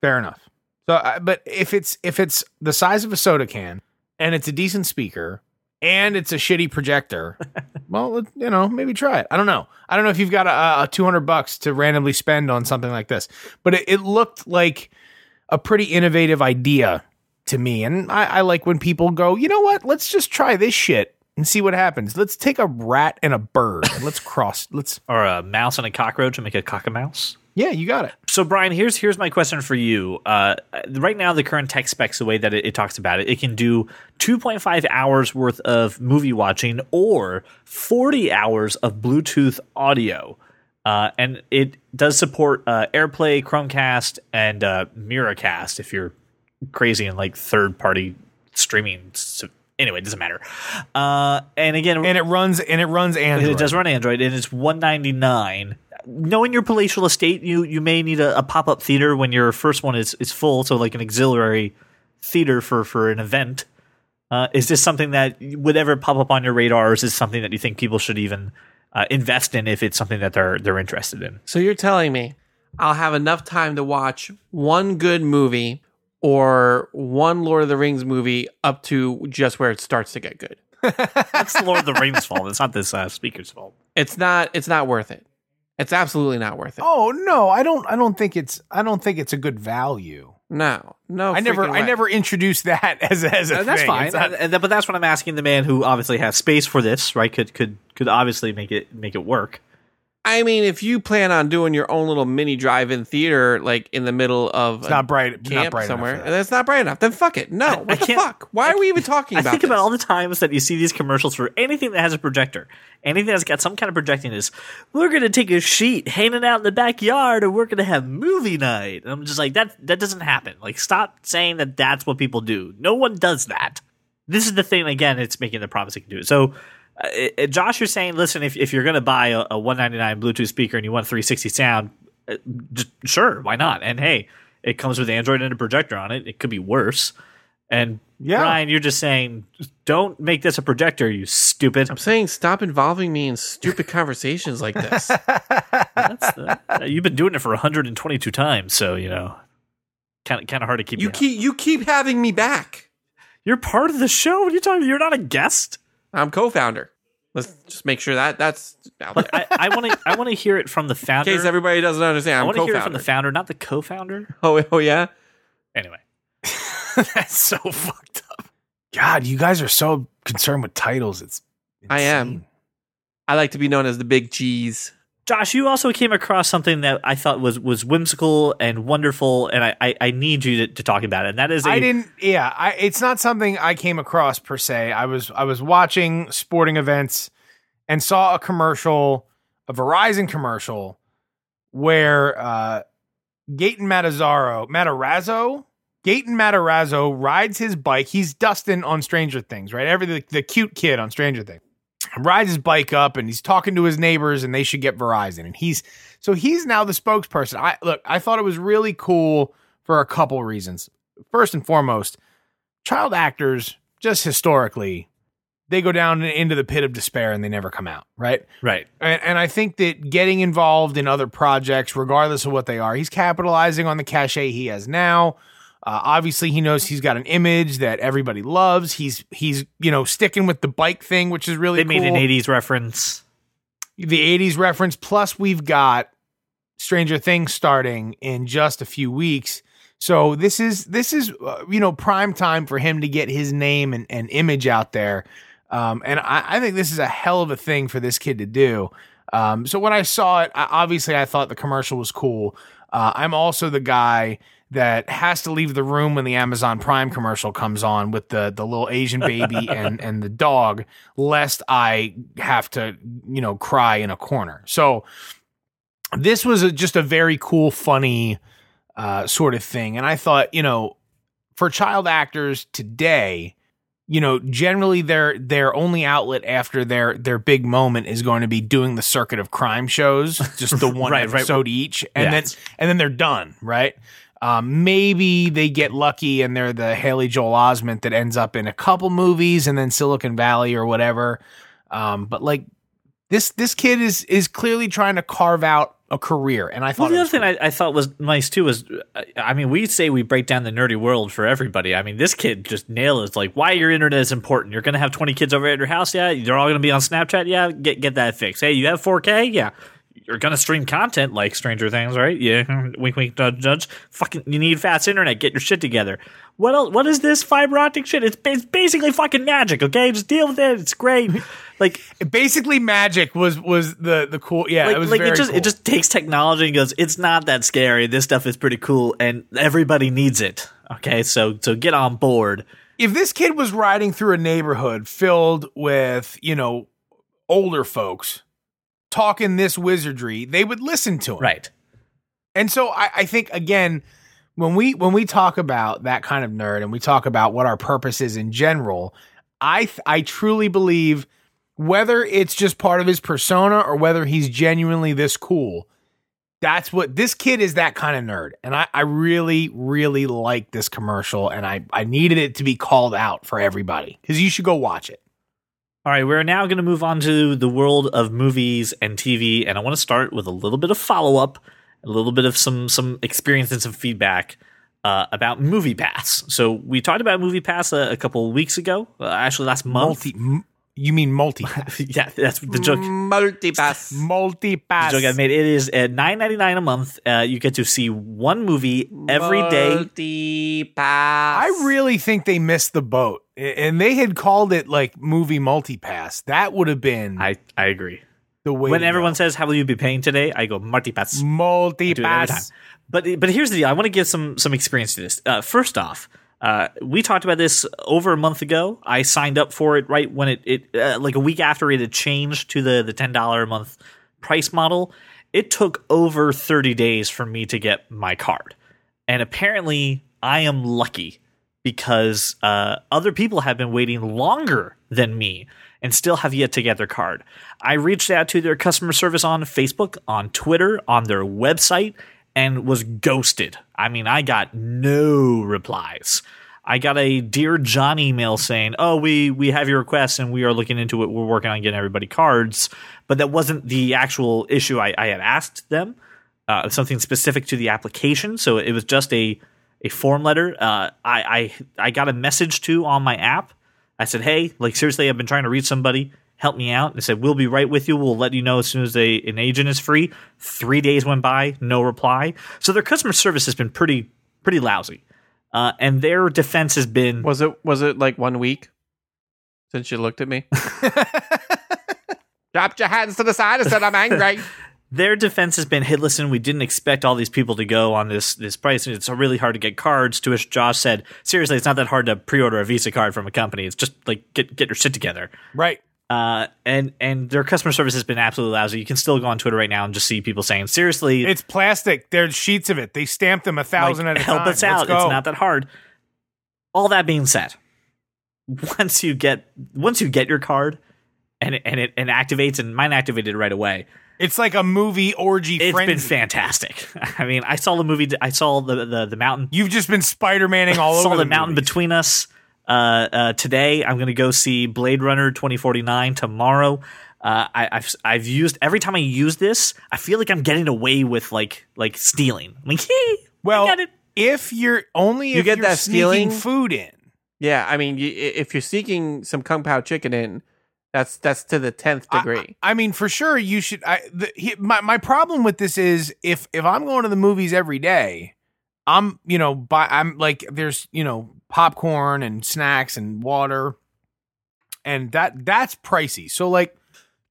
Speaker 2: Fair enough. So, I- but if it's if it's the size of a soda can and it's a decent speaker and it's a shitty projector, well, you know, maybe try it. I don't know. I don't know if you've got a, a two hundred bucks to randomly spend on something like this, but it, it looked like a pretty innovative idea to me, and I, I like when people go, you know what? Let's just try this shit and see what happens. Let's take a rat and a bird and let's cross. Let's
Speaker 1: Or a mouse and a cockroach and make a cockamouse.
Speaker 2: yeah, you got it.
Speaker 1: So Brian, here's here's my question for you. Uh, right now, the current tech specs, the way that it, it talks about it, it can do 2.5 hours worth of movie watching or 40 hours of Bluetooth audio, uh, and it does support uh, AirPlay, Chromecast, and uh, Miracast. If you're crazy and like third party streaming, so anyway, it doesn't matter. Uh, and again,
Speaker 2: And it runs and it runs Android.
Speaker 1: it does run Android, and it's one ninety nine. Knowing your palatial estate, you you may need a, a pop up theater when your first one is is full, so like an auxiliary theater for for an event. Uh, is this something that would ever pop up on your radar, or is this something that you think people should even uh, invest in if it's something that they're they're interested in?
Speaker 3: So you're telling me I'll have enough time to watch one good movie or one Lord of the Rings movie up to just where it starts to get good.
Speaker 1: That's Lord of the Rings' fault. It's not this uh, speaker's fault.
Speaker 3: It's not it's not worth it. It's absolutely not worth it.
Speaker 2: Oh no, I don't. I don't think it's. I don't think it's a good value.
Speaker 3: No. No.
Speaker 2: I never.
Speaker 3: freaking
Speaker 2: I
Speaker 3: way.
Speaker 2: never introduced that as as a
Speaker 1: Uh, that's
Speaker 2: thing.
Speaker 1: fine,
Speaker 2: It's not-
Speaker 1: Uh, and th- but that's what I'm asking the man who obviously has space for this, right? Could could could obviously make it make it work.
Speaker 3: I mean, if you plan on doing your own little mini drive-in theater, like in the middle of
Speaker 2: It's
Speaker 3: a
Speaker 2: not bright.
Speaker 3: camp
Speaker 2: Not bright
Speaker 3: somewhere,
Speaker 2: Enough for
Speaker 3: and
Speaker 2: that.
Speaker 3: that's not bright enough, then fuck it. No,
Speaker 1: I-
Speaker 3: what
Speaker 1: I
Speaker 3: the
Speaker 1: can't-
Speaker 3: fuck? Why are we even talking
Speaker 1: I
Speaker 3: about?
Speaker 1: think about
Speaker 3: this?
Speaker 1: all the times that you see these commercials for anything that has a projector, anything that's got some kind of projecting is we're gonna take a sheet, hang it out in the backyard, and we're gonna have movie night. And I'm just like that. That doesn't happen. Like, stop saying that. That's what people do. No one does that. This is the thing. Again, it's making the promise it can do it. So. Uh, uh, Josh, you're saying, listen, if, if you're going to buy a, a 199 Bluetooth speaker and you want 360 sound, uh, just, sure, why not? And hey, it comes with Android and a projector on it. It could be worse. And
Speaker 2: Yeah.
Speaker 1: Brian, you're just saying, don't make this a projector, you stupid.
Speaker 3: I'm saying stop involving me in stupid conversations like this.
Speaker 1: That's the, you've been doing it for 122 times, so you know, kind of kind of hard to keep.
Speaker 3: You
Speaker 1: me out.
Speaker 3: keep you keep having me back.
Speaker 1: you're part of the show. What are you talking? You're not a guest.
Speaker 3: I'm co-founder. Let's just make sure that that's out there.
Speaker 1: I- I want to I want to hear it from the
Speaker 3: In
Speaker 1: founder.
Speaker 3: case everybody doesn't
Speaker 1: I
Speaker 3: understand, I'm
Speaker 1: want to hear it from
Speaker 3: co-founder.
Speaker 1: the founder, not the co-founder.
Speaker 3: oh, oh yeah.
Speaker 1: Anyway,
Speaker 2: that's so fucked up. God, you guys are so concerned with titles. It's
Speaker 3: I am.
Speaker 2: insane.
Speaker 3: I like to be known as the big cheese.
Speaker 1: Josh, you also came across something that I thought was was whimsical and wonderful, and I I, I need you to, to talk about it. And that is a
Speaker 2: I didn't. Yeah, I, it's not something I came across per se. I was I was watching sporting events and saw a commercial, a Verizon commercial, where uh, Gaten Matarazzo, Matarazzo, Gaten Matarazzo rides his bike. He's Dustin on Stranger Things, right? Every the, the cute kid on Stranger Things rides his bike up and he's talking to his neighbors and they should get Verizon and he's so he's now the spokesperson. I look, I thought it was really cool for a couple reasons. First and foremost, child actors just historically they go down into the pit of despair and they never come out, right?
Speaker 1: right.
Speaker 2: And, and I think that getting involved in other projects, regardless of what they are, he's capitalizing on the cachet he has now. Uh, obviously, he knows he's got an image that everybody loves. He's he's you know sticking with the bike thing, which is really
Speaker 1: They made
Speaker 2: cool
Speaker 1: an '80s reference.
Speaker 2: the 80s reference plus we've got stranger things starting in just a few weeks so this is this is uh, you know prime time for him to get his name and, and image out there um, and I, I think this is a hell of a thing for this kid to do um, so when i saw it I, obviously i thought the commercial was cool uh, i'm also the guy that has to leave the room when the amazon prime commercial comes on with the the little asian baby and and the dog lest I have to, you know, cry in a corner. So this was a, just a very cool, funny uh, sort of thing. And I thought, you know, for child actors today, you know, generally their their only outlet after their their big moment is going to be doing the circuit of crime shows, just the one
Speaker 1: Right, right.
Speaker 2: episode each, and
Speaker 1: Yeah.
Speaker 2: then and then they're done, right? Um, maybe they get lucky and they're the Haley Joel Osment that ends up in a couple movies and then Silicon Valley or whatever. Um, but like this this kid is is clearly trying to carve out a career, and I
Speaker 1: Well,
Speaker 2: thought
Speaker 1: the
Speaker 2: it
Speaker 1: other
Speaker 2: was
Speaker 1: thing I, I thought was nice too was, I- I mean, we say we break down the nerdy world for everybody. I mean, this kid just nailed it. It's Like, why your internet is important. You're gonna have 20 kids over at your house. Yeah, they're all gonna be on Snapchat. Yeah, get get that fixed. Hey, you have 4K. Yeah, you're gonna stream content like Stranger Things, right? Yeah, wink, wink, nudge, nudge. Fucking, you need fast internet. Get your shit together. What else? What is this fiber optic shit? It's, it's basically fucking magic. Okay, just deal with it. It's great. Like
Speaker 2: basically magic was was the the cool yeah
Speaker 1: like,
Speaker 2: it was
Speaker 1: like
Speaker 2: very
Speaker 1: it just
Speaker 2: cool.
Speaker 1: it just takes technology and goes it's not that scary this stuff is pretty cool and everybody needs it okay so so get on board
Speaker 2: if this kid was riding through a neighborhood filled with you know older folks talking this wizardry they would listen to him
Speaker 1: right
Speaker 2: and so I, I think again when we when we talk about that kind of nerd and we talk about what our purpose is in general i th- i truly believe whether it's just part of his persona or whether he's genuinely this cool that's what this kid is that kind of nerd and i i really really like this commercial and i i needed it to be called out for everybody because you should go watch it
Speaker 1: all right we're now going to move on to the world of movies and tv and i want to start with a little bit of follow-up a little bit of some some experience and some feedback uh, about movie pass so we talked about movie pass a, a couple weeks ago uh, actually last month
Speaker 2: multi m- you mean multi
Speaker 1: yeah that's the joke
Speaker 3: Multipass.
Speaker 2: multi pass
Speaker 1: joke I made. It is at nine ninety nine a month. Uh, you get to see one movie every day.
Speaker 3: Multipass.
Speaker 2: I really think they missed the boat, A- and they had called it like movie multipass. That would have been
Speaker 1: I I agree.
Speaker 2: the way
Speaker 1: when
Speaker 2: to
Speaker 1: everyone
Speaker 2: go.
Speaker 1: says, "How will you be paying today?" I go multi-pass. do it every
Speaker 2: multi-pass.
Speaker 1: time. But but here's the deal. I want to give some some experience to this. Uh, first off, uh, we talked about this over a month ago. I signed up for it right when it it uh, like a week after it had changed to the the ten dollar a month price model. It took over thirty days for me to get my card, and apparently I am lucky because uh, other people have been waiting longer than me and still have yet to get their card. I reached out to their customer service on Facebook, on Twitter, on their website, and was ghosted. I mean, I got no replies. I got a dear John email saying, "Oh, we we have your request and we are looking into it. We're working on getting everybody cards." But that wasn't the actual issue I, I had asked them uh, something specific to the application. So it was just a a form letter. Uh, I, I I got a message too on my app. I said, hey, like seriously, I've been trying to reach somebody. Help me out. They said, we'll be right with you. We'll let you know as soon as they, an agent is free. Three days went by, no reply. So their customer service has been pretty pretty lousy, uh, and their defense has been
Speaker 3: Was it was it like one week since you looked at me? Dropped your hands to the side and said I'm angry.
Speaker 1: their defense has been, hey, listen, we didn't expect all these people to go on this this price, and it's really hard to get cards. To which Josh said, seriously, it's not that hard to pre-order a Visa card from a company. It's just like get get your shit together.
Speaker 2: Right.
Speaker 1: Uh, and and their customer service has been absolutely lousy. You can still go on Twitter right now and just see people saying, seriously,
Speaker 2: It's plastic. There's sheets of it. They stamped them a thousand
Speaker 1: like,
Speaker 2: at a
Speaker 1: help
Speaker 2: time.
Speaker 1: us out.
Speaker 2: Let's go.
Speaker 1: It's not that hard. All that being said, once you get once you get your card and and it and activates and mine activated right away.
Speaker 2: It's like a movie orgy
Speaker 1: It's
Speaker 2: frenzy.
Speaker 1: been fantastic. I mean, I saw the movie. I saw the the, the mountain.
Speaker 2: You've just been Spider-Maning all
Speaker 1: saw
Speaker 2: over
Speaker 1: the, mountain
Speaker 2: movies.
Speaker 1: between us. Uh, uh, today, I'm going to go see Blade Runner 2049 tomorrow. Uh, I, I've I've used every time I use this, I feel like I'm getting away with like like stealing. I'm like, hey, I
Speaker 2: Well,
Speaker 1: got it.
Speaker 2: if you're only
Speaker 3: You
Speaker 2: if
Speaker 3: get
Speaker 2: you're
Speaker 3: that
Speaker 2: sneaking
Speaker 3: feeling?
Speaker 2: food in.
Speaker 3: Yeah, I mean, y- i- if you're seeking some kung pao chicken in, that's that's to the tenth
Speaker 2: I-
Speaker 3: degree.
Speaker 2: I, I mean, for sure, you should. I the, he, my my problem with this is if if I'm going to the movies every day, I'm you know buy I'm like there's you know popcorn and snacks and water, and that that's pricey. So like.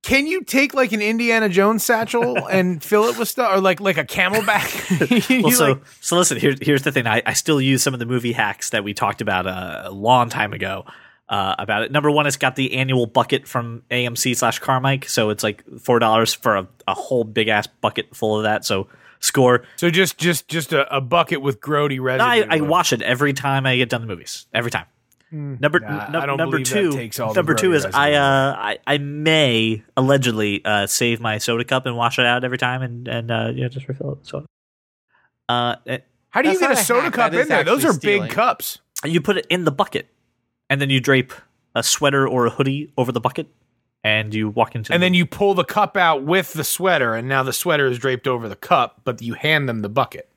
Speaker 2: Can you take like an Indiana Jones satchel and fill it with stuff, or like like a Camelback? You,
Speaker 1: Well, so
Speaker 2: like-
Speaker 1: so listen. Here's here's the thing. I, I still use some of the movie hacks that we talked about uh, a long time ago. Uh, about it. Number one, it's got the annual bucket from AMC slash Carmike, so it's like four dollars for a, a whole big ass bucket full of that. So score.
Speaker 2: so just just just a, a bucket with grody residue.
Speaker 1: I, I
Speaker 2: on it.
Speaker 1: watch it every time I get done the movies. Every time. Number
Speaker 2: Hmm. nah,
Speaker 1: num-
Speaker 2: I don't
Speaker 1: number
Speaker 2: believe that
Speaker 1: two.
Speaker 2: takes all the
Speaker 1: number two
Speaker 2: Brody
Speaker 1: is I
Speaker 2: residue.
Speaker 1: uh I, I may allegedly uh save my soda cup and wash it out every time and and uh you know just refill it with soda. Uh, and
Speaker 2: How do you
Speaker 3: That's
Speaker 2: get a
Speaker 3: not a
Speaker 2: soda
Speaker 3: hack.
Speaker 2: cup
Speaker 3: That
Speaker 2: in
Speaker 3: is
Speaker 2: there? Those
Speaker 3: actually
Speaker 2: are
Speaker 3: stealing.
Speaker 2: big cups.
Speaker 1: you put it in the bucket, and then you drape a sweater or a hoodie over the bucket, and you walk into
Speaker 2: and
Speaker 1: the
Speaker 2: then you pull the cup out with the sweater, and now the sweater is draped over the cup, but you hand them the bucket.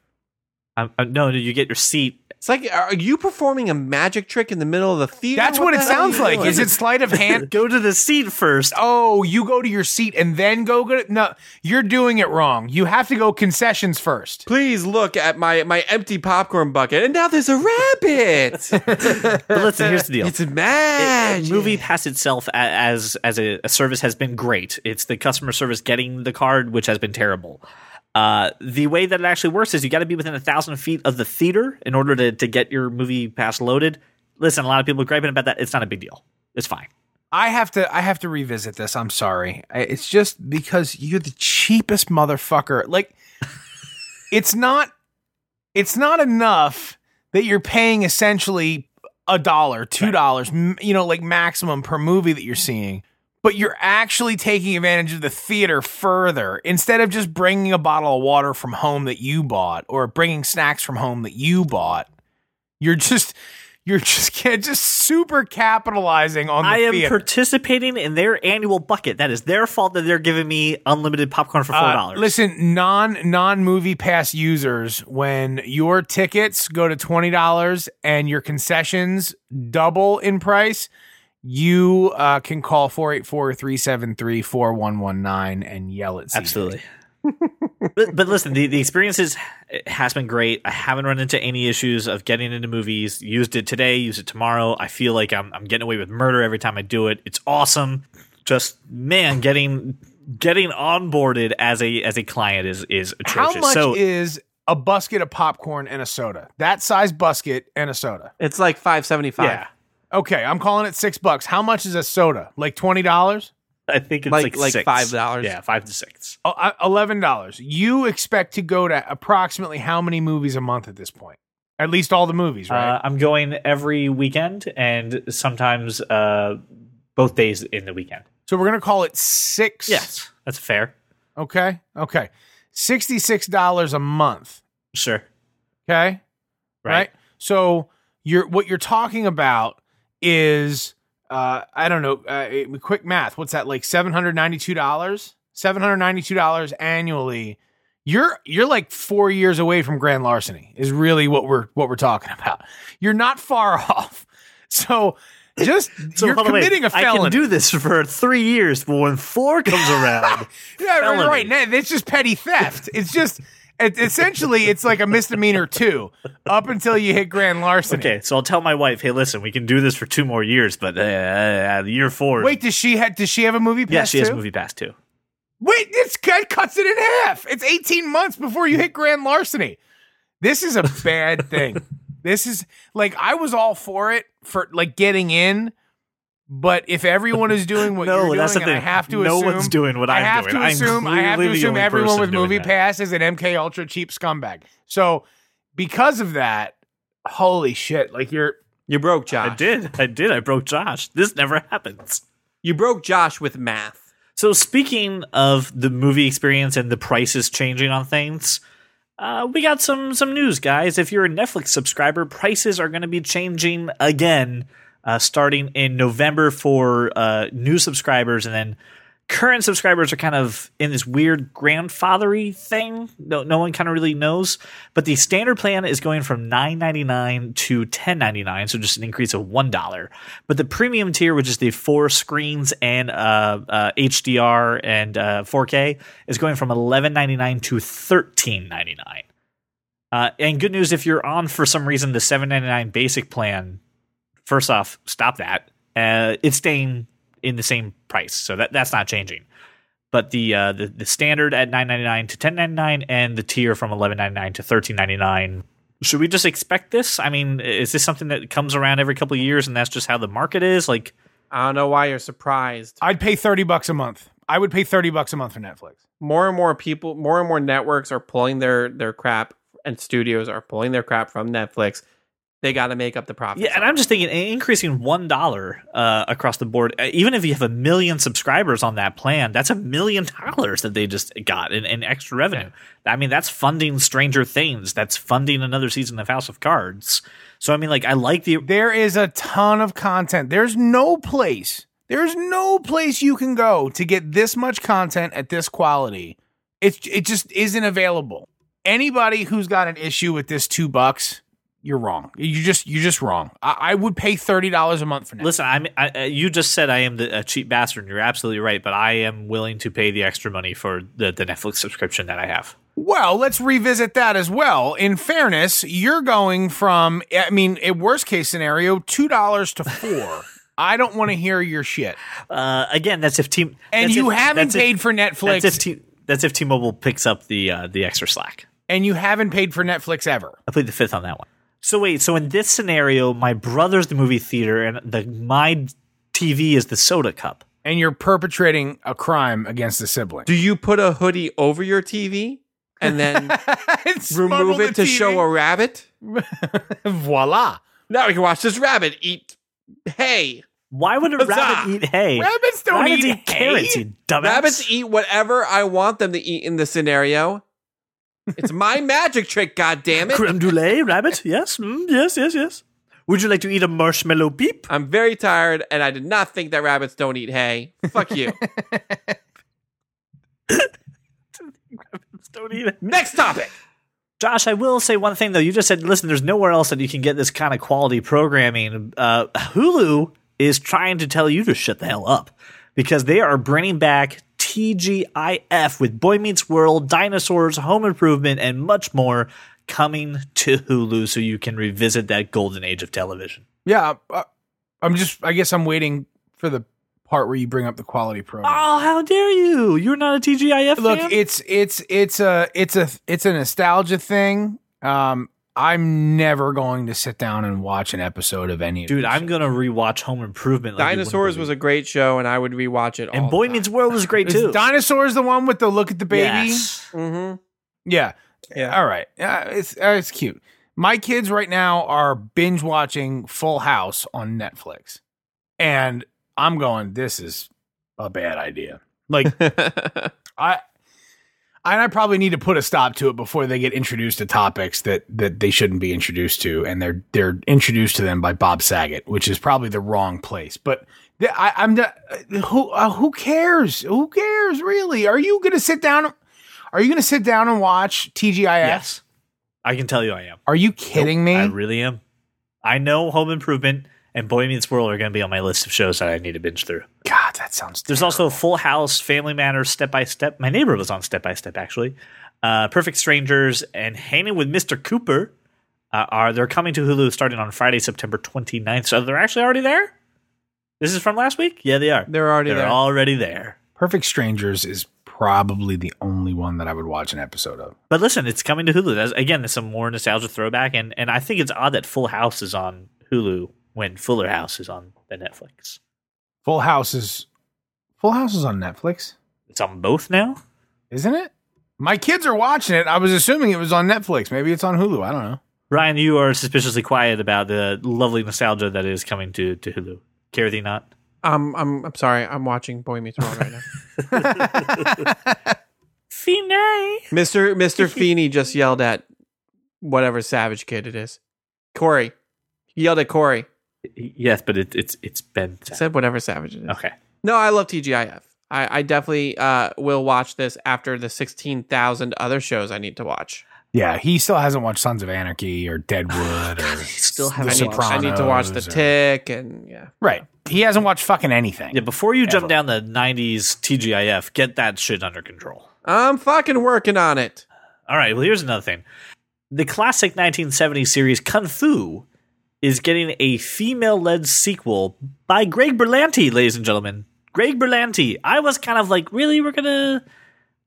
Speaker 1: Um, uh, no, no, you get your seat.
Speaker 3: It's like, are you performing a magic trick in the middle of the theater?
Speaker 2: That's what it
Speaker 3: the hell are
Speaker 2: sounds
Speaker 3: you
Speaker 2: like.
Speaker 3: doing?
Speaker 2: Is it sleight of hand?
Speaker 1: Go to the seat first.
Speaker 2: Oh, you go to your seat and then go. go no, you're doing it wrong. You have to go concessions first.
Speaker 3: Please look at my my empty popcorn bucket, and now there's a rabbit.
Speaker 1: But listen, here's the deal.
Speaker 3: it's magic.
Speaker 1: Movie Pass itself a- as as a, a service has been great. It's the customer service getting the card, which has been terrible. Uh, the way that it actually works is you got to be within a thousand feet of the theater in order to to get your Movie Pass loaded. Listen, a lot of people are griping about that. It's not a big deal. It's fine.
Speaker 2: I have to. I have to revisit this. I'm sorry. I- It's just because you're the cheapest motherfucker. Like, it's not. It's not enough that you're paying essentially a dollar, two dollars, m you know, like maximum per movie that you're seeing. But you're actually taking advantage of the theater further instead of just bringing a bottle of water from home that you bought or bringing snacks from home that you bought. You're just. You're just can't just super capitalizing on the
Speaker 1: I am
Speaker 2: theater.
Speaker 1: participating in their annual bucket. That is their fault that they're giving me unlimited popcorn for four
Speaker 2: Uh,
Speaker 1: dollars.
Speaker 2: listen, non non movie pass users, when your tickets go to twenty dollars and your concessions double in price, you uh, can call 484-373-4119 and yell at. Caesar.
Speaker 1: Absolutely. but, but listen, the, the experience is, it has been great. I haven't run into any issues of getting into movies. Used it today, use it tomorrow. I feel like I'm, I'm getting away with murder every time I do it. It's awesome. Just, man, getting getting onboarded as a as a client is is atrocious.
Speaker 2: How much
Speaker 1: so
Speaker 2: is a busket of popcorn and a soda? That size busket and a soda.
Speaker 3: It's like five seventy five.
Speaker 2: Yeah. Okay, I'm calling it six bucks. How much is a soda? Like twenty dollars?
Speaker 1: I think it's
Speaker 3: like-
Speaker 1: like
Speaker 3: like
Speaker 1: six.
Speaker 3: $5.
Speaker 1: Yeah, five to six.
Speaker 2: Oh, Eleven dollars. You expect to go to approximately how many movies a month at this point? At least all the movies, right?
Speaker 1: Uh, I'm going every weekend and sometimes uh, both days in the weekend.
Speaker 2: so we're gonna call it six.
Speaker 1: Yes, that's fair.
Speaker 2: Okay. Okay. Sixty-six dollars a month.
Speaker 1: Sure.
Speaker 2: Okay. right?
Speaker 1: Right.
Speaker 2: So you're what you're talking about is uh, I don't know. Uh, it- quick math. What's that like? Seven hundred ninety-two dollars. Seven hundred ninety-two dollars annually. You're you're like four years away from grand larceny. Is really what we're what we're talking about. You're not far off. So just
Speaker 1: So
Speaker 2: you're
Speaker 1: hold on, wait.
Speaker 2: committing a felony.
Speaker 1: I can do this for three years, but when four comes around,
Speaker 2: Yeah, right,
Speaker 1: felony.
Speaker 2: right. Now, It's just petty theft. It's just it, essentially it's like a misdemeanor too, up until you hit grand larceny.
Speaker 1: okay. So I'll tell my wife, hey, listen, we can do this for two more years, but uh, uh, year four.
Speaker 2: Wait, does she have does she have a movie pass?
Speaker 1: yeah, she has
Speaker 2: too?
Speaker 1: movie pass too.
Speaker 2: Wait, it's it cuts it in half. It's 18 months before you hit grand larceny. This is a bad thing. this is like I was all for it for like getting in, but if everyone is doing what
Speaker 1: No,
Speaker 2: you're
Speaker 1: that's
Speaker 2: doing,
Speaker 1: the
Speaker 2: and I
Speaker 1: thing.
Speaker 2: have to
Speaker 1: No
Speaker 2: assume
Speaker 1: one's doing what
Speaker 2: I
Speaker 1: I'm
Speaker 2: have
Speaker 1: doing.
Speaker 2: to
Speaker 1: I'm
Speaker 2: assume I have to
Speaker 1: clearly the
Speaker 2: assume
Speaker 1: only
Speaker 2: everyone
Speaker 1: person
Speaker 2: with
Speaker 1: doing
Speaker 2: movie
Speaker 1: that.
Speaker 2: pass is an MK Ultra cheap scumbag. So because of that, holy shit! Like you're
Speaker 3: You broke Josh.
Speaker 1: I did. I did. I broke Josh. This never happens.
Speaker 3: You broke Josh with math.
Speaker 1: So speaking of the movie experience and the prices changing on things, uh, we got some some news, guys. If you're a Netflix subscriber, prices are going to be changing again, uh, starting in November for uh, new subscribers, and then current subscribers are kind of in this weird grandfathery thing. No, no one kind of really knows. But the standard plan is going from nine ninety nine to ten ninety nine, so just an increase of one dollar. But the premium tier, which is the four screens and uh, uh, HDR and uh, four K, is going from eleven ninety nine to thirteen ninety nine. Uh, and good news if you're on for some reason the seven ninety nine basic plan. First off, stop that. Uh, it's staying in the same price, so that that's not changing. But the uh, the, the standard at nine ninety nine to ten ninety nine, and the tier from eleven ninety nine to thirteen ninety nine. Should we just expect this? I mean, is this something that comes around every couple of years, and that's just how the market is? Like,
Speaker 3: I don't know why you're surprised.
Speaker 2: I'd pay 30 bucks a month. I would pay 30 bucks a month for Netflix.
Speaker 3: More and more people, more and more networks are pulling their their crap, and studios are pulling their crap from Netflix. They got to make up the profit.
Speaker 1: Yeah, and I'm just thinking i- increasing one dollar uh, across the board. uh, Even if you have a million subscribers on that plan, that's a million dollars that they just got in, in extra revenue. I mean, that's funding Stranger Things. That's funding another season of House of Cards. So I mean, like, I like the
Speaker 2: There is a ton of content. There's no place, there's no place you can go to get this much content at this quality. It's it just isn't available. Anybody who's got an issue with this two bucks, you're wrong. You just you're just wrong. I, I would pay thirty dollars a month for Netflix.
Speaker 1: listen. I'm, I, uh, you just said I am the, a cheap bastard. and You're absolutely right, but I am willing to pay the extra money for the, the Netflix subscription that I have.
Speaker 2: Well, let's revisit that as well. In fairness, you're going from I mean, a worst case scenario, two dollars to four. I don't want to hear your shit.
Speaker 1: Uh, again, that's if team
Speaker 2: And
Speaker 1: that's
Speaker 2: you
Speaker 1: if-
Speaker 2: haven't
Speaker 1: that's if-
Speaker 2: paid for
Speaker 1: that's if
Speaker 2: Netflix,
Speaker 1: T, that's if T-Mobile picks up the uh, the extra slack.
Speaker 2: and you haven't paid for Netflix ever.
Speaker 1: I played the fifth on that one. So wait, so in this scenario, my brother's the movie theater, and the my TV is the soda cup.
Speaker 2: and you're perpetrating a crime against a sibling.
Speaker 3: Do you put a hoodie over your TV and then remove it to show a rabbit?
Speaker 2: a voila.
Speaker 3: Now we can watch this rabbit eat hay.
Speaker 1: Why would a
Speaker 3: Huzzah!
Speaker 1: rabbit eat hay?
Speaker 2: Rabbits don't
Speaker 1: Rabbits
Speaker 2: eat hay?
Speaker 1: carrots, you dumbass.
Speaker 3: Rabbits eat whatever I want them to eat in the scenario. It's my magic trick, goddammit.
Speaker 1: creme brulee, rabbit. Yes, mm, yes, yes, yes. Would you like to eat a marshmallow peep?
Speaker 3: I'm very tired, and I did not think that rabbits don't eat hay. Fuck you.
Speaker 1: Don't eat it.
Speaker 3: Next topic.
Speaker 1: Josh, I will say one thing though. You just said, listen, there's nowhere else that you can get this kind of quality programming. Uh, Hulu is trying to tell you to shut the hell up because they are bringing back TGIF with Boy Meets World, Dinosaurs, Home Improvement, and much more coming to Hulu so you can revisit that golden age of television.
Speaker 2: Yeah, uh, I'm just. I guess I'm waiting for the part where you bring up the quality program.
Speaker 1: Oh, how dare you! You're not a TGIF
Speaker 2: Look,
Speaker 1: fan?
Speaker 2: it's it's it's a it's a it's a nostalgia thing. Um, I'm never going to sit down and watch an episode of any. of
Speaker 1: dude,
Speaker 2: these
Speaker 1: I'm gonna rewatch Home Improvement. like you wouldn't
Speaker 3: Dinosaurs was
Speaker 1: believe.
Speaker 3: a great show, and I would rewatch it.
Speaker 1: and Boy Meets World was great
Speaker 2: shows.
Speaker 1: too.
Speaker 2: Is dinosaurs the one with the look at the baby?
Speaker 1: Yes.
Speaker 3: hmm
Speaker 2: Yeah.
Speaker 3: Yeah.
Speaker 2: All right. Uh, it's uh, it's cute. My kids right now are binge watching Full House on Netflix, and I'm going. This is a bad idea. Like
Speaker 3: Mm-hmm.
Speaker 2: I. And I probably need to put a stop to it before they get introduced to topics that, that they shouldn't be introduced to, and they're they're introduced to them by Bob Saget, which is probably the wrong place. But th- I, I'm not, who uh, who cares? Who cares really? Are you going to sit down? Are you going to sit down and watch TGIF?
Speaker 1: Yes. I can tell you, I am.
Speaker 2: Are you kidding me?
Speaker 1: I really am. I know Home Improvement and Boy Meets World are going to be on my list of shows that I need to binge through.
Speaker 2: God, that sounds.
Speaker 1: There's also Full House, Family Matters, Step by Step. My neighbor was on Step by Step actually. Uh, Perfect Strangers and Hanging with Mr. Cooper uh, are they're coming to Hulu starting on Friday, September 29th. So they're actually already there. This is from last week. Yeah, they are.
Speaker 3: They're already
Speaker 1: They're
Speaker 3: there.
Speaker 1: already there.
Speaker 2: Perfect Strangers is probably the only one that I would watch an episode of.
Speaker 1: But listen, it's coming to Hulu. That's, again, it's a more nostalgia throwback, and and I think it's odd that Full House is on Hulu when Fuller House is on the Netflix.
Speaker 2: Full House is Full House is on Netflix,
Speaker 1: It's on both now.
Speaker 2: isn't it? My kids are watching it. I was assuming it was on Netflix. Maybe it's on Hulu. I don't know.
Speaker 1: Ryan, you are suspiciously quiet about the lovely nostalgia that is coming to to Hulu. Care thee not.
Speaker 3: Um, I'm I'm sorry. I'm watching Boy Meets World right now.
Speaker 1: Finay.
Speaker 3: Mister Mister Feeney just yelled at whatever savage kid it is. Corey he yelled at Corey.
Speaker 1: Yes, but it, it's it's been
Speaker 3: Said whatever savage it is.
Speaker 1: okay.
Speaker 3: No, I love TGIF. I, I definitely uh, will watch this after the sixteen thousand other shows I need to watch.
Speaker 2: Yeah, he still hasn't watched Sons of Anarchy or Deadwood or
Speaker 3: Still
Speaker 2: haven't
Speaker 3: I need,
Speaker 2: watched
Speaker 3: I need to watch The
Speaker 2: Sopranos or-
Speaker 3: Tick and yeah.
Speaker 2: right. He hasn't watched fucking anything.
Speaker 1: Yeah, before you jump
Speaker 2: Ever.
Speaker 1: down the '90s TGIF, get that shit under control.
Speaker 3: I'm fucking working on it.
Speaker 1: All right. Well, here's another thing. The classic 1970s series Kung Fu is getting a female-led sequel by Greg Berlanti, ladies and gentlemen. Greg Berlanti. I was kind of like, really, we're gonna.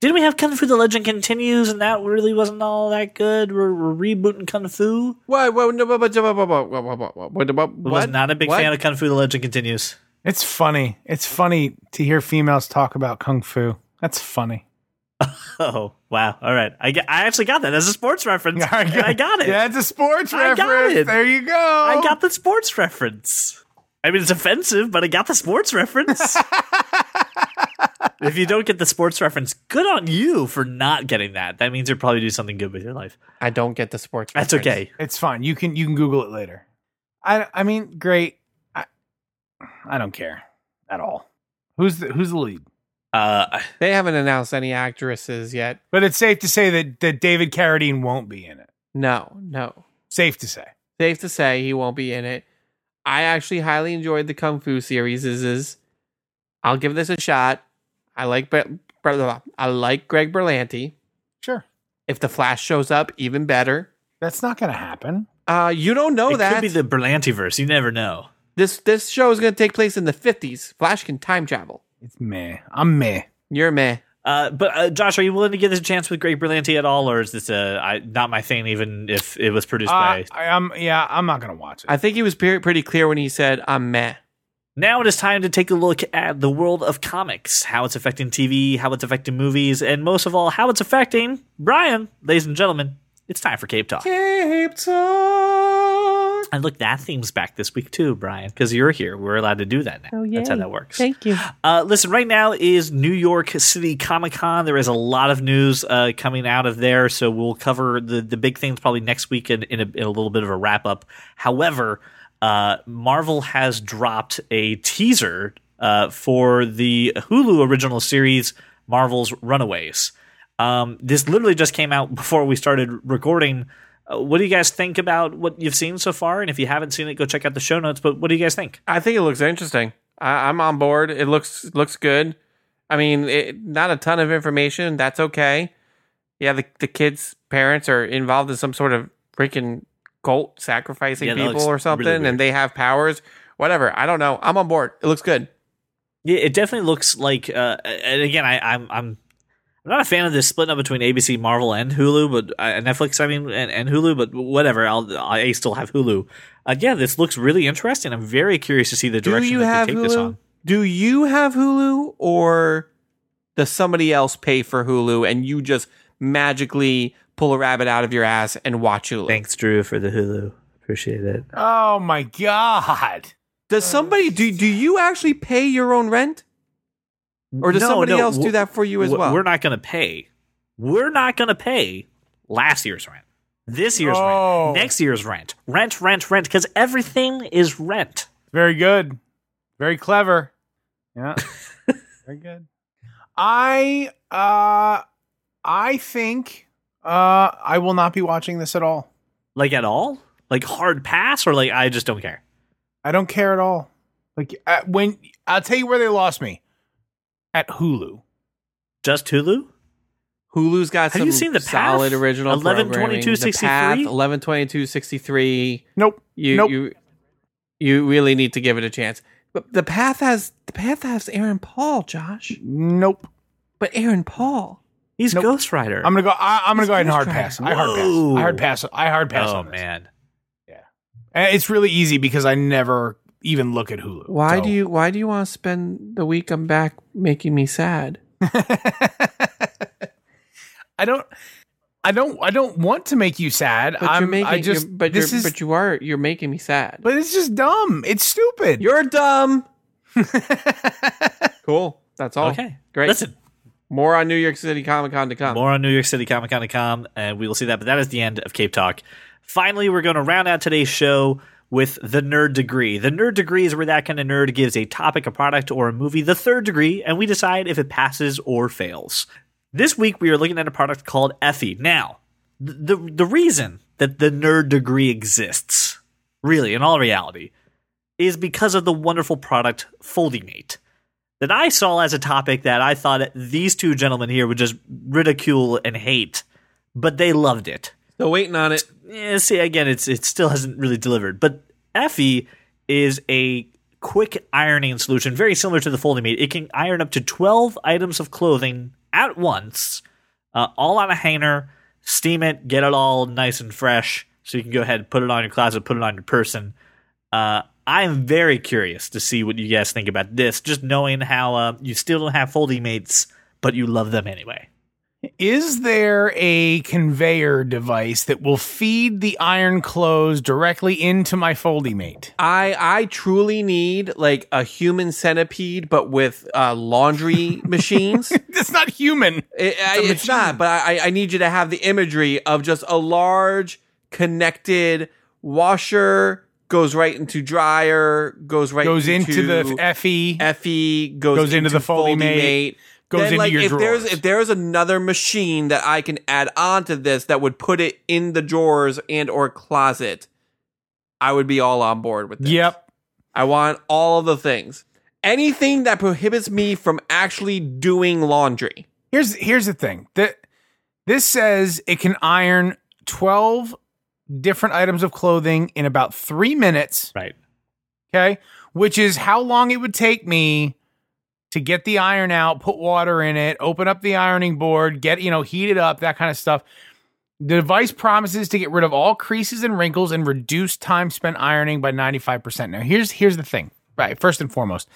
Speaker 1: Didn't we have Kung Fu: The Legend Continues, and that really wasn't all that good? We're, we're rebooting Kung Fu.
Speaker 3: What? What? What? What? What? What? What? What? What? What? What?
Speaker 1: I
Speaker 3: What?
Speaker 1: was not a big
Speaker 3: What?
Speaker 1: fan of Kung Fu: The Legend Continues.
Speaker 2: It's funny. It's funny to hear females talk about kung fu. That's funny.
Speaker 1: Oh wow! All right, I, get, I actually got that as a sports reference. and I got it.
Speaker 2: Yeah, it's a sports
Speaker 1: I got
Speaker 2: reference.
Speaker 1: it.
Speaker 2: There you go.
Speaker 1: I got the sports reference. I mean, it's offensive, but I got the sports reference. if you don't get the sports reference, good on you for not getting that. That means you're probably doing something good with your life.
Speaker 3: I don't get the sports.
Speaker 1: That's
Speaker 3: reference.
Speaker 1: okay.
Speaker 2: It's fine. You can you can Google it later. I I mean, great. I I don't care at all. Who's the who's the lead?
Speaker 1: Uh,
Speaker 3: They haven't announced any actresses yet.
Speaker 2: But it's safe to say that that David Carradine won't be in it.
Speaker 3: No, no.
Speaker 2: Safe to say.
Speaker 3: Safe to say he won't be in it. I actually highly enjoyed the Kung Fu series. Is I'll give this a shot. I like Bre- blah, blah, blah. I like Greg Berlanti.
Speaker 2: Sure.
Speaker 3: If the Flash shows up, even better.
Speaker 2: That's not going to happen.
Speaker 3: Uh, you don't know
Speaker 1: it
Speaker 3: that
Speaker 1: could be the Berlantiverse. You never know.
Speaker 3: this this show is going to take place in the fifties. Flash can time travel.
Speaker 2: It's meh. I'm meh.
Speaker 3: You're meh.
Speaker 1: Uh, but uh, Josh, are you willing to give this a chance with Greg Berlanti at all, or is this uh, I, not my thing? Even if it was produced
Speaker 2: Uh,
Speaker 1: by.
Speaker 2: I, am yeah. I'm not going to watch it.
Speaker 3: I think he was pre- pretty clear when he said, "I'm meh."
Speaker 1: Now it is time to take a look at the world of comics, how it's affecting TV, how it's affecting movies, and most of all, how it's affecting Brian. Ladies and gentlemen, it's time for Cape Talk.
Speaker 3: Cape Talk.
Speaker 1: And look, that theme's back this week too, Brian, because you're here. We're allowed to do that now. Oh, yeah. That's how that works.
Speaker 3: Thank you.
Speaker 1: Uh, listen, right now is New York City Comic Con. There is a lot of news uh, coming out of there, so we'll cover the, the big things probably next week in, in, a, in a little bit of a wrap up. However, uh, Marvel has dropped a teaser uh, for the Hulu original series, Marvel's Runaways. Um, this literally just came out before we started recording. Uh, what do you guys think about what you've seen so far? And if you haven't seen it, go check out the show notes. But what do you guys think?
Speaker 3: I think it looks interesting. I, I'm on board. It looks looks good. I mean, it, not a ton of information. That's okay. Yeah, the the kids' parents are involved in some sort of freaking cult sacrificing
Speaker 1: Yeah, that
Speaker 3: people
Speaker 1: looks
Speaker 3: or
Speaker 1: really
Speaker 3: something,
Speaker 1: weird.
Speaker 3: and they have powers. Whatever. I don't know. I'm on board. It looks good.
Speaker 1: Yeah, it definitely looks like. Uh, and again, I, I'm I'm I'm not a fan of this splitting up between ABC, Marvel, and Hulu, but uh, and Netflix. I mean, and, and Hulu, but whatever. I'll I still have Hulu. Uh, yeah, this looks really interesting. I'm very curious to see the
Speaker 3: Do
Speaker 1: direction
Speaker 3: you
Speaker 1: that
Speaker 3: have
Speaker 1: they take this
Speaker 3: Hulu?
Speaker 1: on.
Speaker 3: Do you have Hulu or does somebody else pay for Hulu and you just magically pull a rabbit out of your ass and watch Hulu?
Speaker 1: Thanks, Drew, for the Hulu. Appreciate it.
Speaker 2: Oh my god.
Speaker 3: Does somebody do do you actually pay your own rent? Or does
Speaker 1: No,
Speaker 3: somebody
Speaker 1: no,
Speaker 3: else
Speaker 1: w-
Speaker 3: do that for you as
Speaker 1: w-
Speaker 3: well?
Speaker 1: We're not going to pay. We're not going to pay last year's rent, this year's
Speaker 2: Oh.
Speaker 1: rent, next year's rent, rent, rent, rent, because everything is rent.
Speaker 2: Very good. Very clever. Yeah. Very good. I uh I think uh I will not be watching this at all.
Speaker 1: Like at all? Like hard pass or like I just don't care?
Speaker 2: I don't care at all. Like uh, when I'll tell you where they lost me at Hulu.
Speaker 1: Just Hulu?
Speaker 3: Hulu's got
Speaker 1: Have
Speaker 3: some
Speaker 1: you seen The Path?
Speaker 3: solid original
Speaker 1: 11,
Speaker 3: programming.
Speaker 1: 22,
Speaker 3: The Path,
Speaker 1: 63?
Speaker 3: 11 22 63.
Speaker 2: Nope.
Speaker 3: You
Speaker 2: Nope.
Speaker 3: you you really need to give it a chance. But The Path has The Path has Aaron Paul, Josh.
Speaker 2: Nope.
Speaker 3: But Aaron Paul
Speaker 1: He's
Speaker 2: Nope.
Speaker 1: Ghost Rider.
Speaker 2: I'm gonna go. I, I'm gonna go ahead and hard
Speaker 3: Ghost Rider.
Speaker 2: pass. I hard pass. I hard pass. I hard pass.
Speaker 1: oh,
Speaker 2: on this.
Speaker 1: man.
Speaker 2: And it's really easy because I never even look at Hulu.
Speaker 3: Why
Speaker 2: So-
Speaker 3: do you why do you want to spend the week I'm back making me sad?
Speaker 2: I don't. I don't. I don't want to make you sad.
Speaker 3: But
Speaker 2: I'm,
Speaker 3: you're making
Speaker 2: I just.
Speaker 3: you're, but
Speaker 2: this
Speaker 3: you're
Speaker 2: is. But,
Speaker 3: but you are you're making me sad.
Speaker 2: it's just dumb. It's stupid.
Speaker 3: you're dumb. cool. That's all.
Speaker 1: Okay.
Speaker 3: Oh, Great.
Speaker 1: Listen,
Speaker 3: More on New York City Comic Con to come.
Speaker 1: more on New York City Comic Con to come, and we will see that. But that is the end of Cape Talk. Finally, we're going to round out today's show with the nerd degree. The nerd degree is where that kind of nerd gives a topic, a product, or a movie the third degree, and we decide if it passes or fails. This week, we are looking at a product called Effie. Now, the, the, the reason that the nerd degree exists, really, in all reality, is because of the wonderful product Foldimate that I saw as a topic that I thought these two gentlemen here would just ridicule and hate, but they loved it.
Speaker 3: Still waiting on it.
Speaker 1: Eh, see, again, it's it still hasn't really delivered. But Effie is a quick ironing solution, very similar to the folding mate. It can iron up to twelve items of clothing at once, uh, all on a hanger. Steam it, get it all nice and fresh, so you can go ahead and put it on your closet, put it on your person. Uh, I'm very curious to see what you guys think about this. Just knowing how uh, you still don't have folding mates, but you love them anyway.
Speaker 2: Is there a conveyor device that will feed the iron clothes directly into my foldy mate?
Speaker 3: I I truly need like a human centipede, but with uh, laundry machines.
Speaker 2: That's not human.
Speaker 3: It,
Speaker 2: a
Speaker 3: I, it's not,
Speaker 2: machine.
Speaker 3: but I, I need you to have the imagery of just a large connected washer goes right into dryer, goes right
Speaker 2: Goes into the E. fe.
Speaker 3: E. Effie, goes,
Speaker 2: Goes into the Foley mate, goes
Speaker 3: Then,
Speaker 2: into
Speaker 3: like,
Speaker 2: your
Speaker 3: if there's
Speaker 2: drawers.
Speaker 3: if there's another machine that I can add on to this that would put it in the drawers and or closet, I would be all on board with this.
Speaker 2: Yep.
Speaker 3: I want all of the things. Anything that prohibits me from actually doing laundry.
Speaker 2: Here's here's the thing that this says it can iron twelve different items of clothing in about three minutes.
Speaker 1: Right.
Speaker 2: Okay. Which is how long it would take me to get the iron out, put water in it, open up the ironing board, get, you know, heat it up, that kind of stuff. The device promises to get rid of all creases and wrinkles and reduce time spent ironing by 95%. Now, here's here's the thing. Right, first and foremost,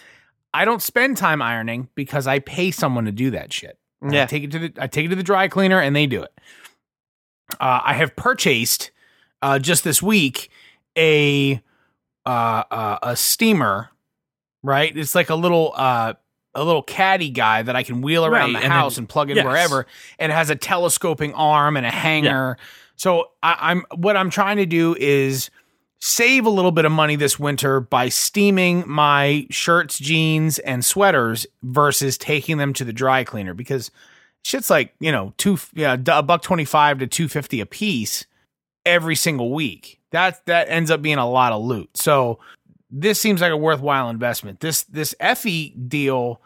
Speaker 2: I don't spend time ironing because I pay someone to do that shit. I
Speaker 3: Yeah.
Speaker 2: take it to the I take it to the dry cleaner and they do it. Uh, I have purchased uh, just this week a uh, uh, a steamer, right? It's like a little uh, a little caddy guy that I can wheel around
Speaker 1: Right,
Speaker 2: the
Speaker 1: and
Speaker 2: house
Speaker 1: then-
Speaker 2: and plug in
Speaker 1: yes.
Speaker 2: wherever. And it has a telescoping arm and a hanger. So I, I'm what I'm trying to do is save a little bit of money this winter by steaming my shirts, jeans, and sweaters versus taking them to the dry cleaner because shit's like you know two yeah a buck twenty five to two fifty a piece every single week. That that ends up being a lot of loot. So this seems like a worthwhile investment. This this Effie deal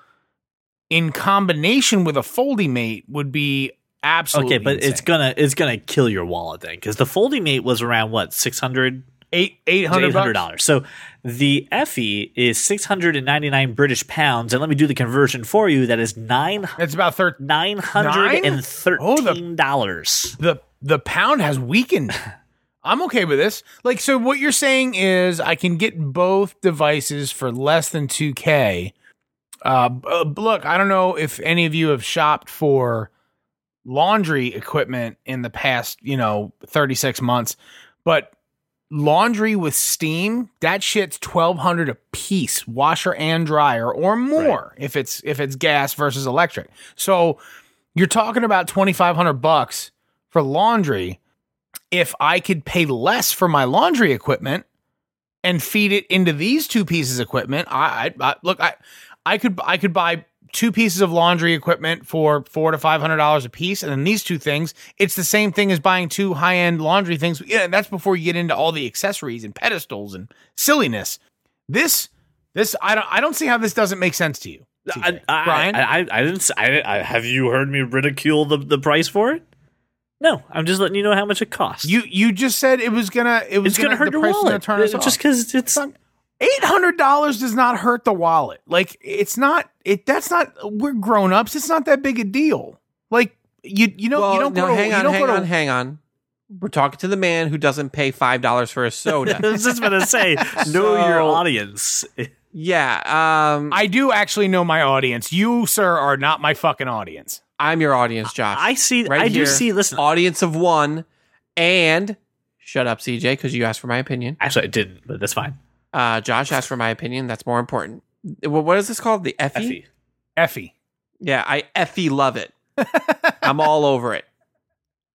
Speaker 2: in combination with a Foldy mate would be absolutely
Speaker 1: okay, but it's
Speaker 2: insane.
Speaker 1: gonna it's gonna kill your wallet then because the folding mate was around what six hundred
Speaker 2: Eight eight hundred
Speaker 1: Eight hundred
Speaker 2: bucks.
Speaker 1: dollars. So the Effie is six hundred and ninety nine British pounds, and let me do the conversion for you. That is nine
Speaker 2: That's about thirteen.
Speaker 1: nine hundred and thirteen dollars.
Speaker 2: The the pound has weakened. I'm okay with this. Like, so what you're saying is I can get both devices for less than two k. Uh, b- uh, look, I don't know if any of you have shopped for laundry equipment in the past, you know, 36 months, but laundry with steam, that shit's 1200 a piece, washer and dryer or more if it's if it's gas versus electric. So you're talking about 2500 bucks for laundry. If I could pay less for my laundry equipment and feed it into these two pieces of equipment, I, I, I look, I, I could, I could buy two pieces of laundry equipment for four to five hundred dollars a piece, and then these two things, it's the same thing as buying two high end laundry things. Yeah, and that's before you get into all the accessories and pedestals and silliness. This, this, I don't, I don't see how this doesn't make sense to you,
Speaker 1: I,
Speaker 2: TJ.
Speaker 1: I,
Speaker 2: Brian.
Speaker 1: I, I, I didn't. s- I, I, have you heard me ridicule the, the price for it? No, I'm just letting you know how much it costs.
Speaker 2: you, you just said it was gonna, it was
Speaker 1: it's gonna, hurt
Speaker 2: the
Speaker 1: your
Speaker 2: price was
Speaker 1: wallet.
Speaker 2: Gonna turn us
Speaker 1: Just
Speaker 2: off.
Speaker 1: because it's
Speaker 2: not- Eight hundred dollars does not hurt the wallet. Like it's not it. That's not. We're grown ups. It's not that big a deal. Like you you know
Speaker 3: well,
Speaker 2: you don't
Speaker 3: no,
Speaker 2: go to,
Speaker 3: hang
Speaker 2: you
Speaker 3: on,
Speaker 2: don't
Speaker 3: hang
Speaker 2: go to-
Speaker 3: on, hang on. We're talking to the man who doesn't pay five dollars for a
Speaker 1: I
Speaker 3: soda.
Speaker 1: was just gonna say, know your
Speaker 3: So-
Speaker 1: audience.
Speaker 3: yeah, um,
Speaker 2: I do actually know my audience. You sir are not my fucking audience.
Speaker 3: I'm your audience, Josh.
Speaker 1: I see.
Speaker 3: Right
Speaker 1: I do
Speaker 3: here.
Speaker 1: see. Listen,
Speaker 3: audience of one, and shut up, CJ, because you asked for my opinion.
Speaker 1: actually, I didn't, but that's fine.
Speaker 3: Uh, Josh asked for my opinion. That's more important. Wh- What is this called? The Effie?
Speaker 1: Effie.
Speaker 2: Effie.
Speaker 3: Yeah, I Effie love it. I'm all over it.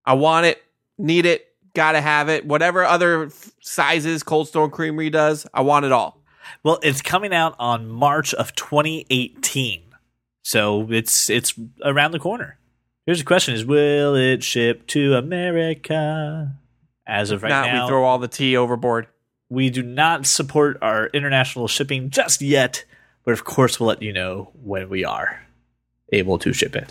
Speaker 3: I want it, need it, gotta have it. Whatever other f- sizes Cold Stone Creamery does, I want it all.
Speaker 1: Well, it's coming out on March of 2018, so it's it's around the corner. Here's the question: Is will it ship to America? As of right
Speaker 3: Not
Speaker 1: now,
Speaker 3: we throw all the tea overboard.
Speaker 1: we do not support our international shipping just yet, but of course we'll let you know when we are able to ship it.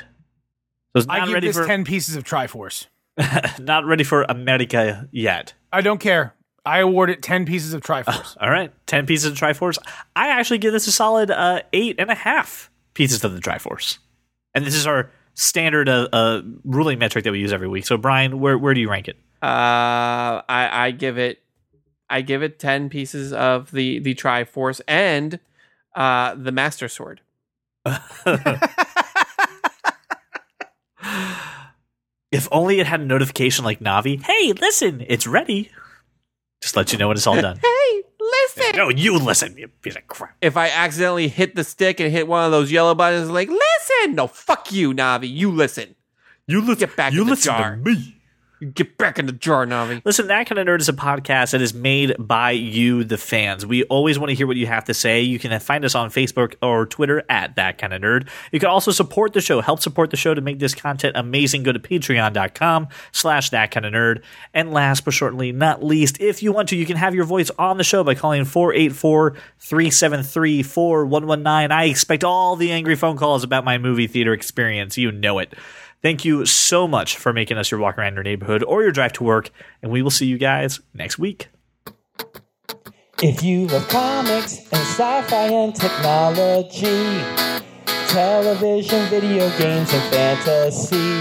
Speaker 1: So it's
Speaker 2: I
Speaker 1: not
Speaker 2: give
Speaker 1: ready
Speaker 2: this
Speaker 1: for
Speaker 2: ten pieces of Triforce.
Speaker 1: not ready for America yet.
Speaker 2: I don't care. I award it ten pieces of Triforce.
Speaker 1: All right, ten pieces of Triforce. I actually give this a solid uh, eight and a half pieces of the Triforce, and this is our standard uh, uh, ruling metric that we use every week. So, Brian, where where do you rank it?
Speaker 3: Uh, I, I give it, I give it ten pieces of the the Triforce and uh, the Master Sword.
Speaker 1: If only it had a notification like Navi. Hey, listen, it's ready. Just let you know when it's all done.
Speaker 3: Hey, listen!
Speaker 1: no, you listen, you piece of crap.
Speaker 3: If I accidentally hit the stick and hit one of those yellow buttons, like listen, no, fuck you, Navi, you listen,
Speaker 1: You listen.
Speaker 3: Get back
Speaker 1: you
Speaker 3: in the
Speaker 1: listen
Speaker 3: jar.
Speaker 1: to me.
Speaker 3: you get back in the jar, Navi.
Speaker 1: Listen, That Kind of Nerd is a podcast that is made by you, the fans. We always want to hear what you have to say. You can find us on Facebook or Twitter at That Kind of Nerd. You can also support the show. Help support the show to make this content amazing. Go to patreon.com slash That Kind of Nerd. And last but certainly not least, if you want to, you can have your voice on the show by calling 484-373-4119. I expect all the angry phone calls about my movie theater experience. You know it. Thank you so much for making us your walk around your neighborhood or your drive to work, and we will see you guys next week.
Speaker 4: If you love comics and sci-fi and technology, television, video games, and fantasy,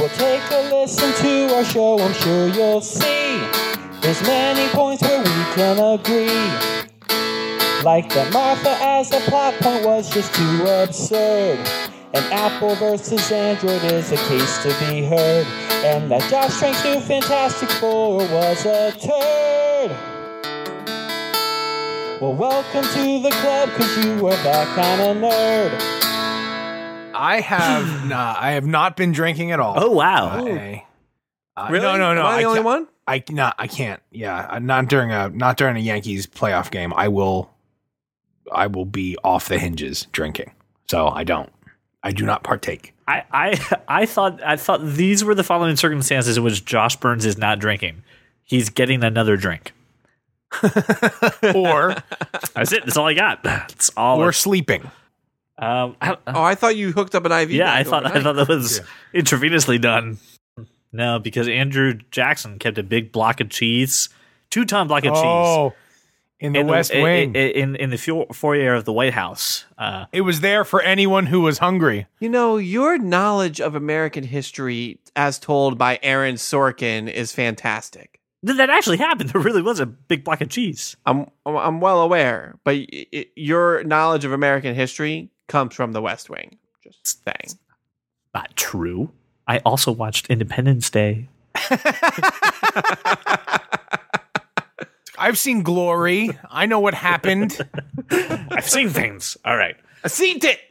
Speaker 4: well, take a listen to our show. I'm sure you'll see there's many points where we can agree, like that Martha as a plot point was just too absurd. And Apple versus Android is a case to be heard. And that Josh Trank's new Fantastic Four was a turd. Well, welcome to the club, cause you were that kind of nerd.
Speaker 2: I have nah, I have not been drinking at all.
Speaker 1: Oh wow!
Speaker 2: I- uh,
Speaker 3: Really?
Speaker 2: No, no, no.
Speaker 3: Am I the only
Speaker 2: can't-
Speaker 3: one?
Speaker 2: I no, I can't. Yeah, uh, not during a not during a Yankees playoff game. I will, I will be off the hinges drinking. So I don't. I do not partake.
Speaker 1: I, I I thought I thought these were the following circumstances in which Josh Burns is not drinking. He's getting another drink.
Speaker 2: Or
Speaker 1: That's it. That's all I got. That's all.
Speaker 2: or sleeping.
Speaker 1: um, I,
Speaker 3: Oh, I thought you hooked up an IV.
Speaker 1: yeah, I
Speaker 3: bag
Speaker 1: thought I
Speaker 3: overnight.
Speaker 1: thought that was intravenously done. No, because Andrew Jackson kept a big block of cheese two ton block of cheese
Speaker 2: Oh, in the
Speaker 1: in
Speaker 2: West
Speaker 1: i- i-
Speaker 2: Wing.
Speaker 1: i- in in the fu- foyer of the White House. Uh,
Speaker 2: it was there for anyone who was hungry.
Speaker 3: You know, your knowledge of American history as told by Aaron Sorkin is fantastic.
Speaker 1: th- that actually happened. There really was a big block of cheese.
Speaker 3: I'm I'm well aware, but y- y- your knowledge of American history comes from the West Wing. Just saying.
Speaker 1: Not true. I also watched Independence Day.
Speaker 2: I've seen glory. I know what happened.
Speaker 1: I've seen things. All right.
Speaker 3: I seen it.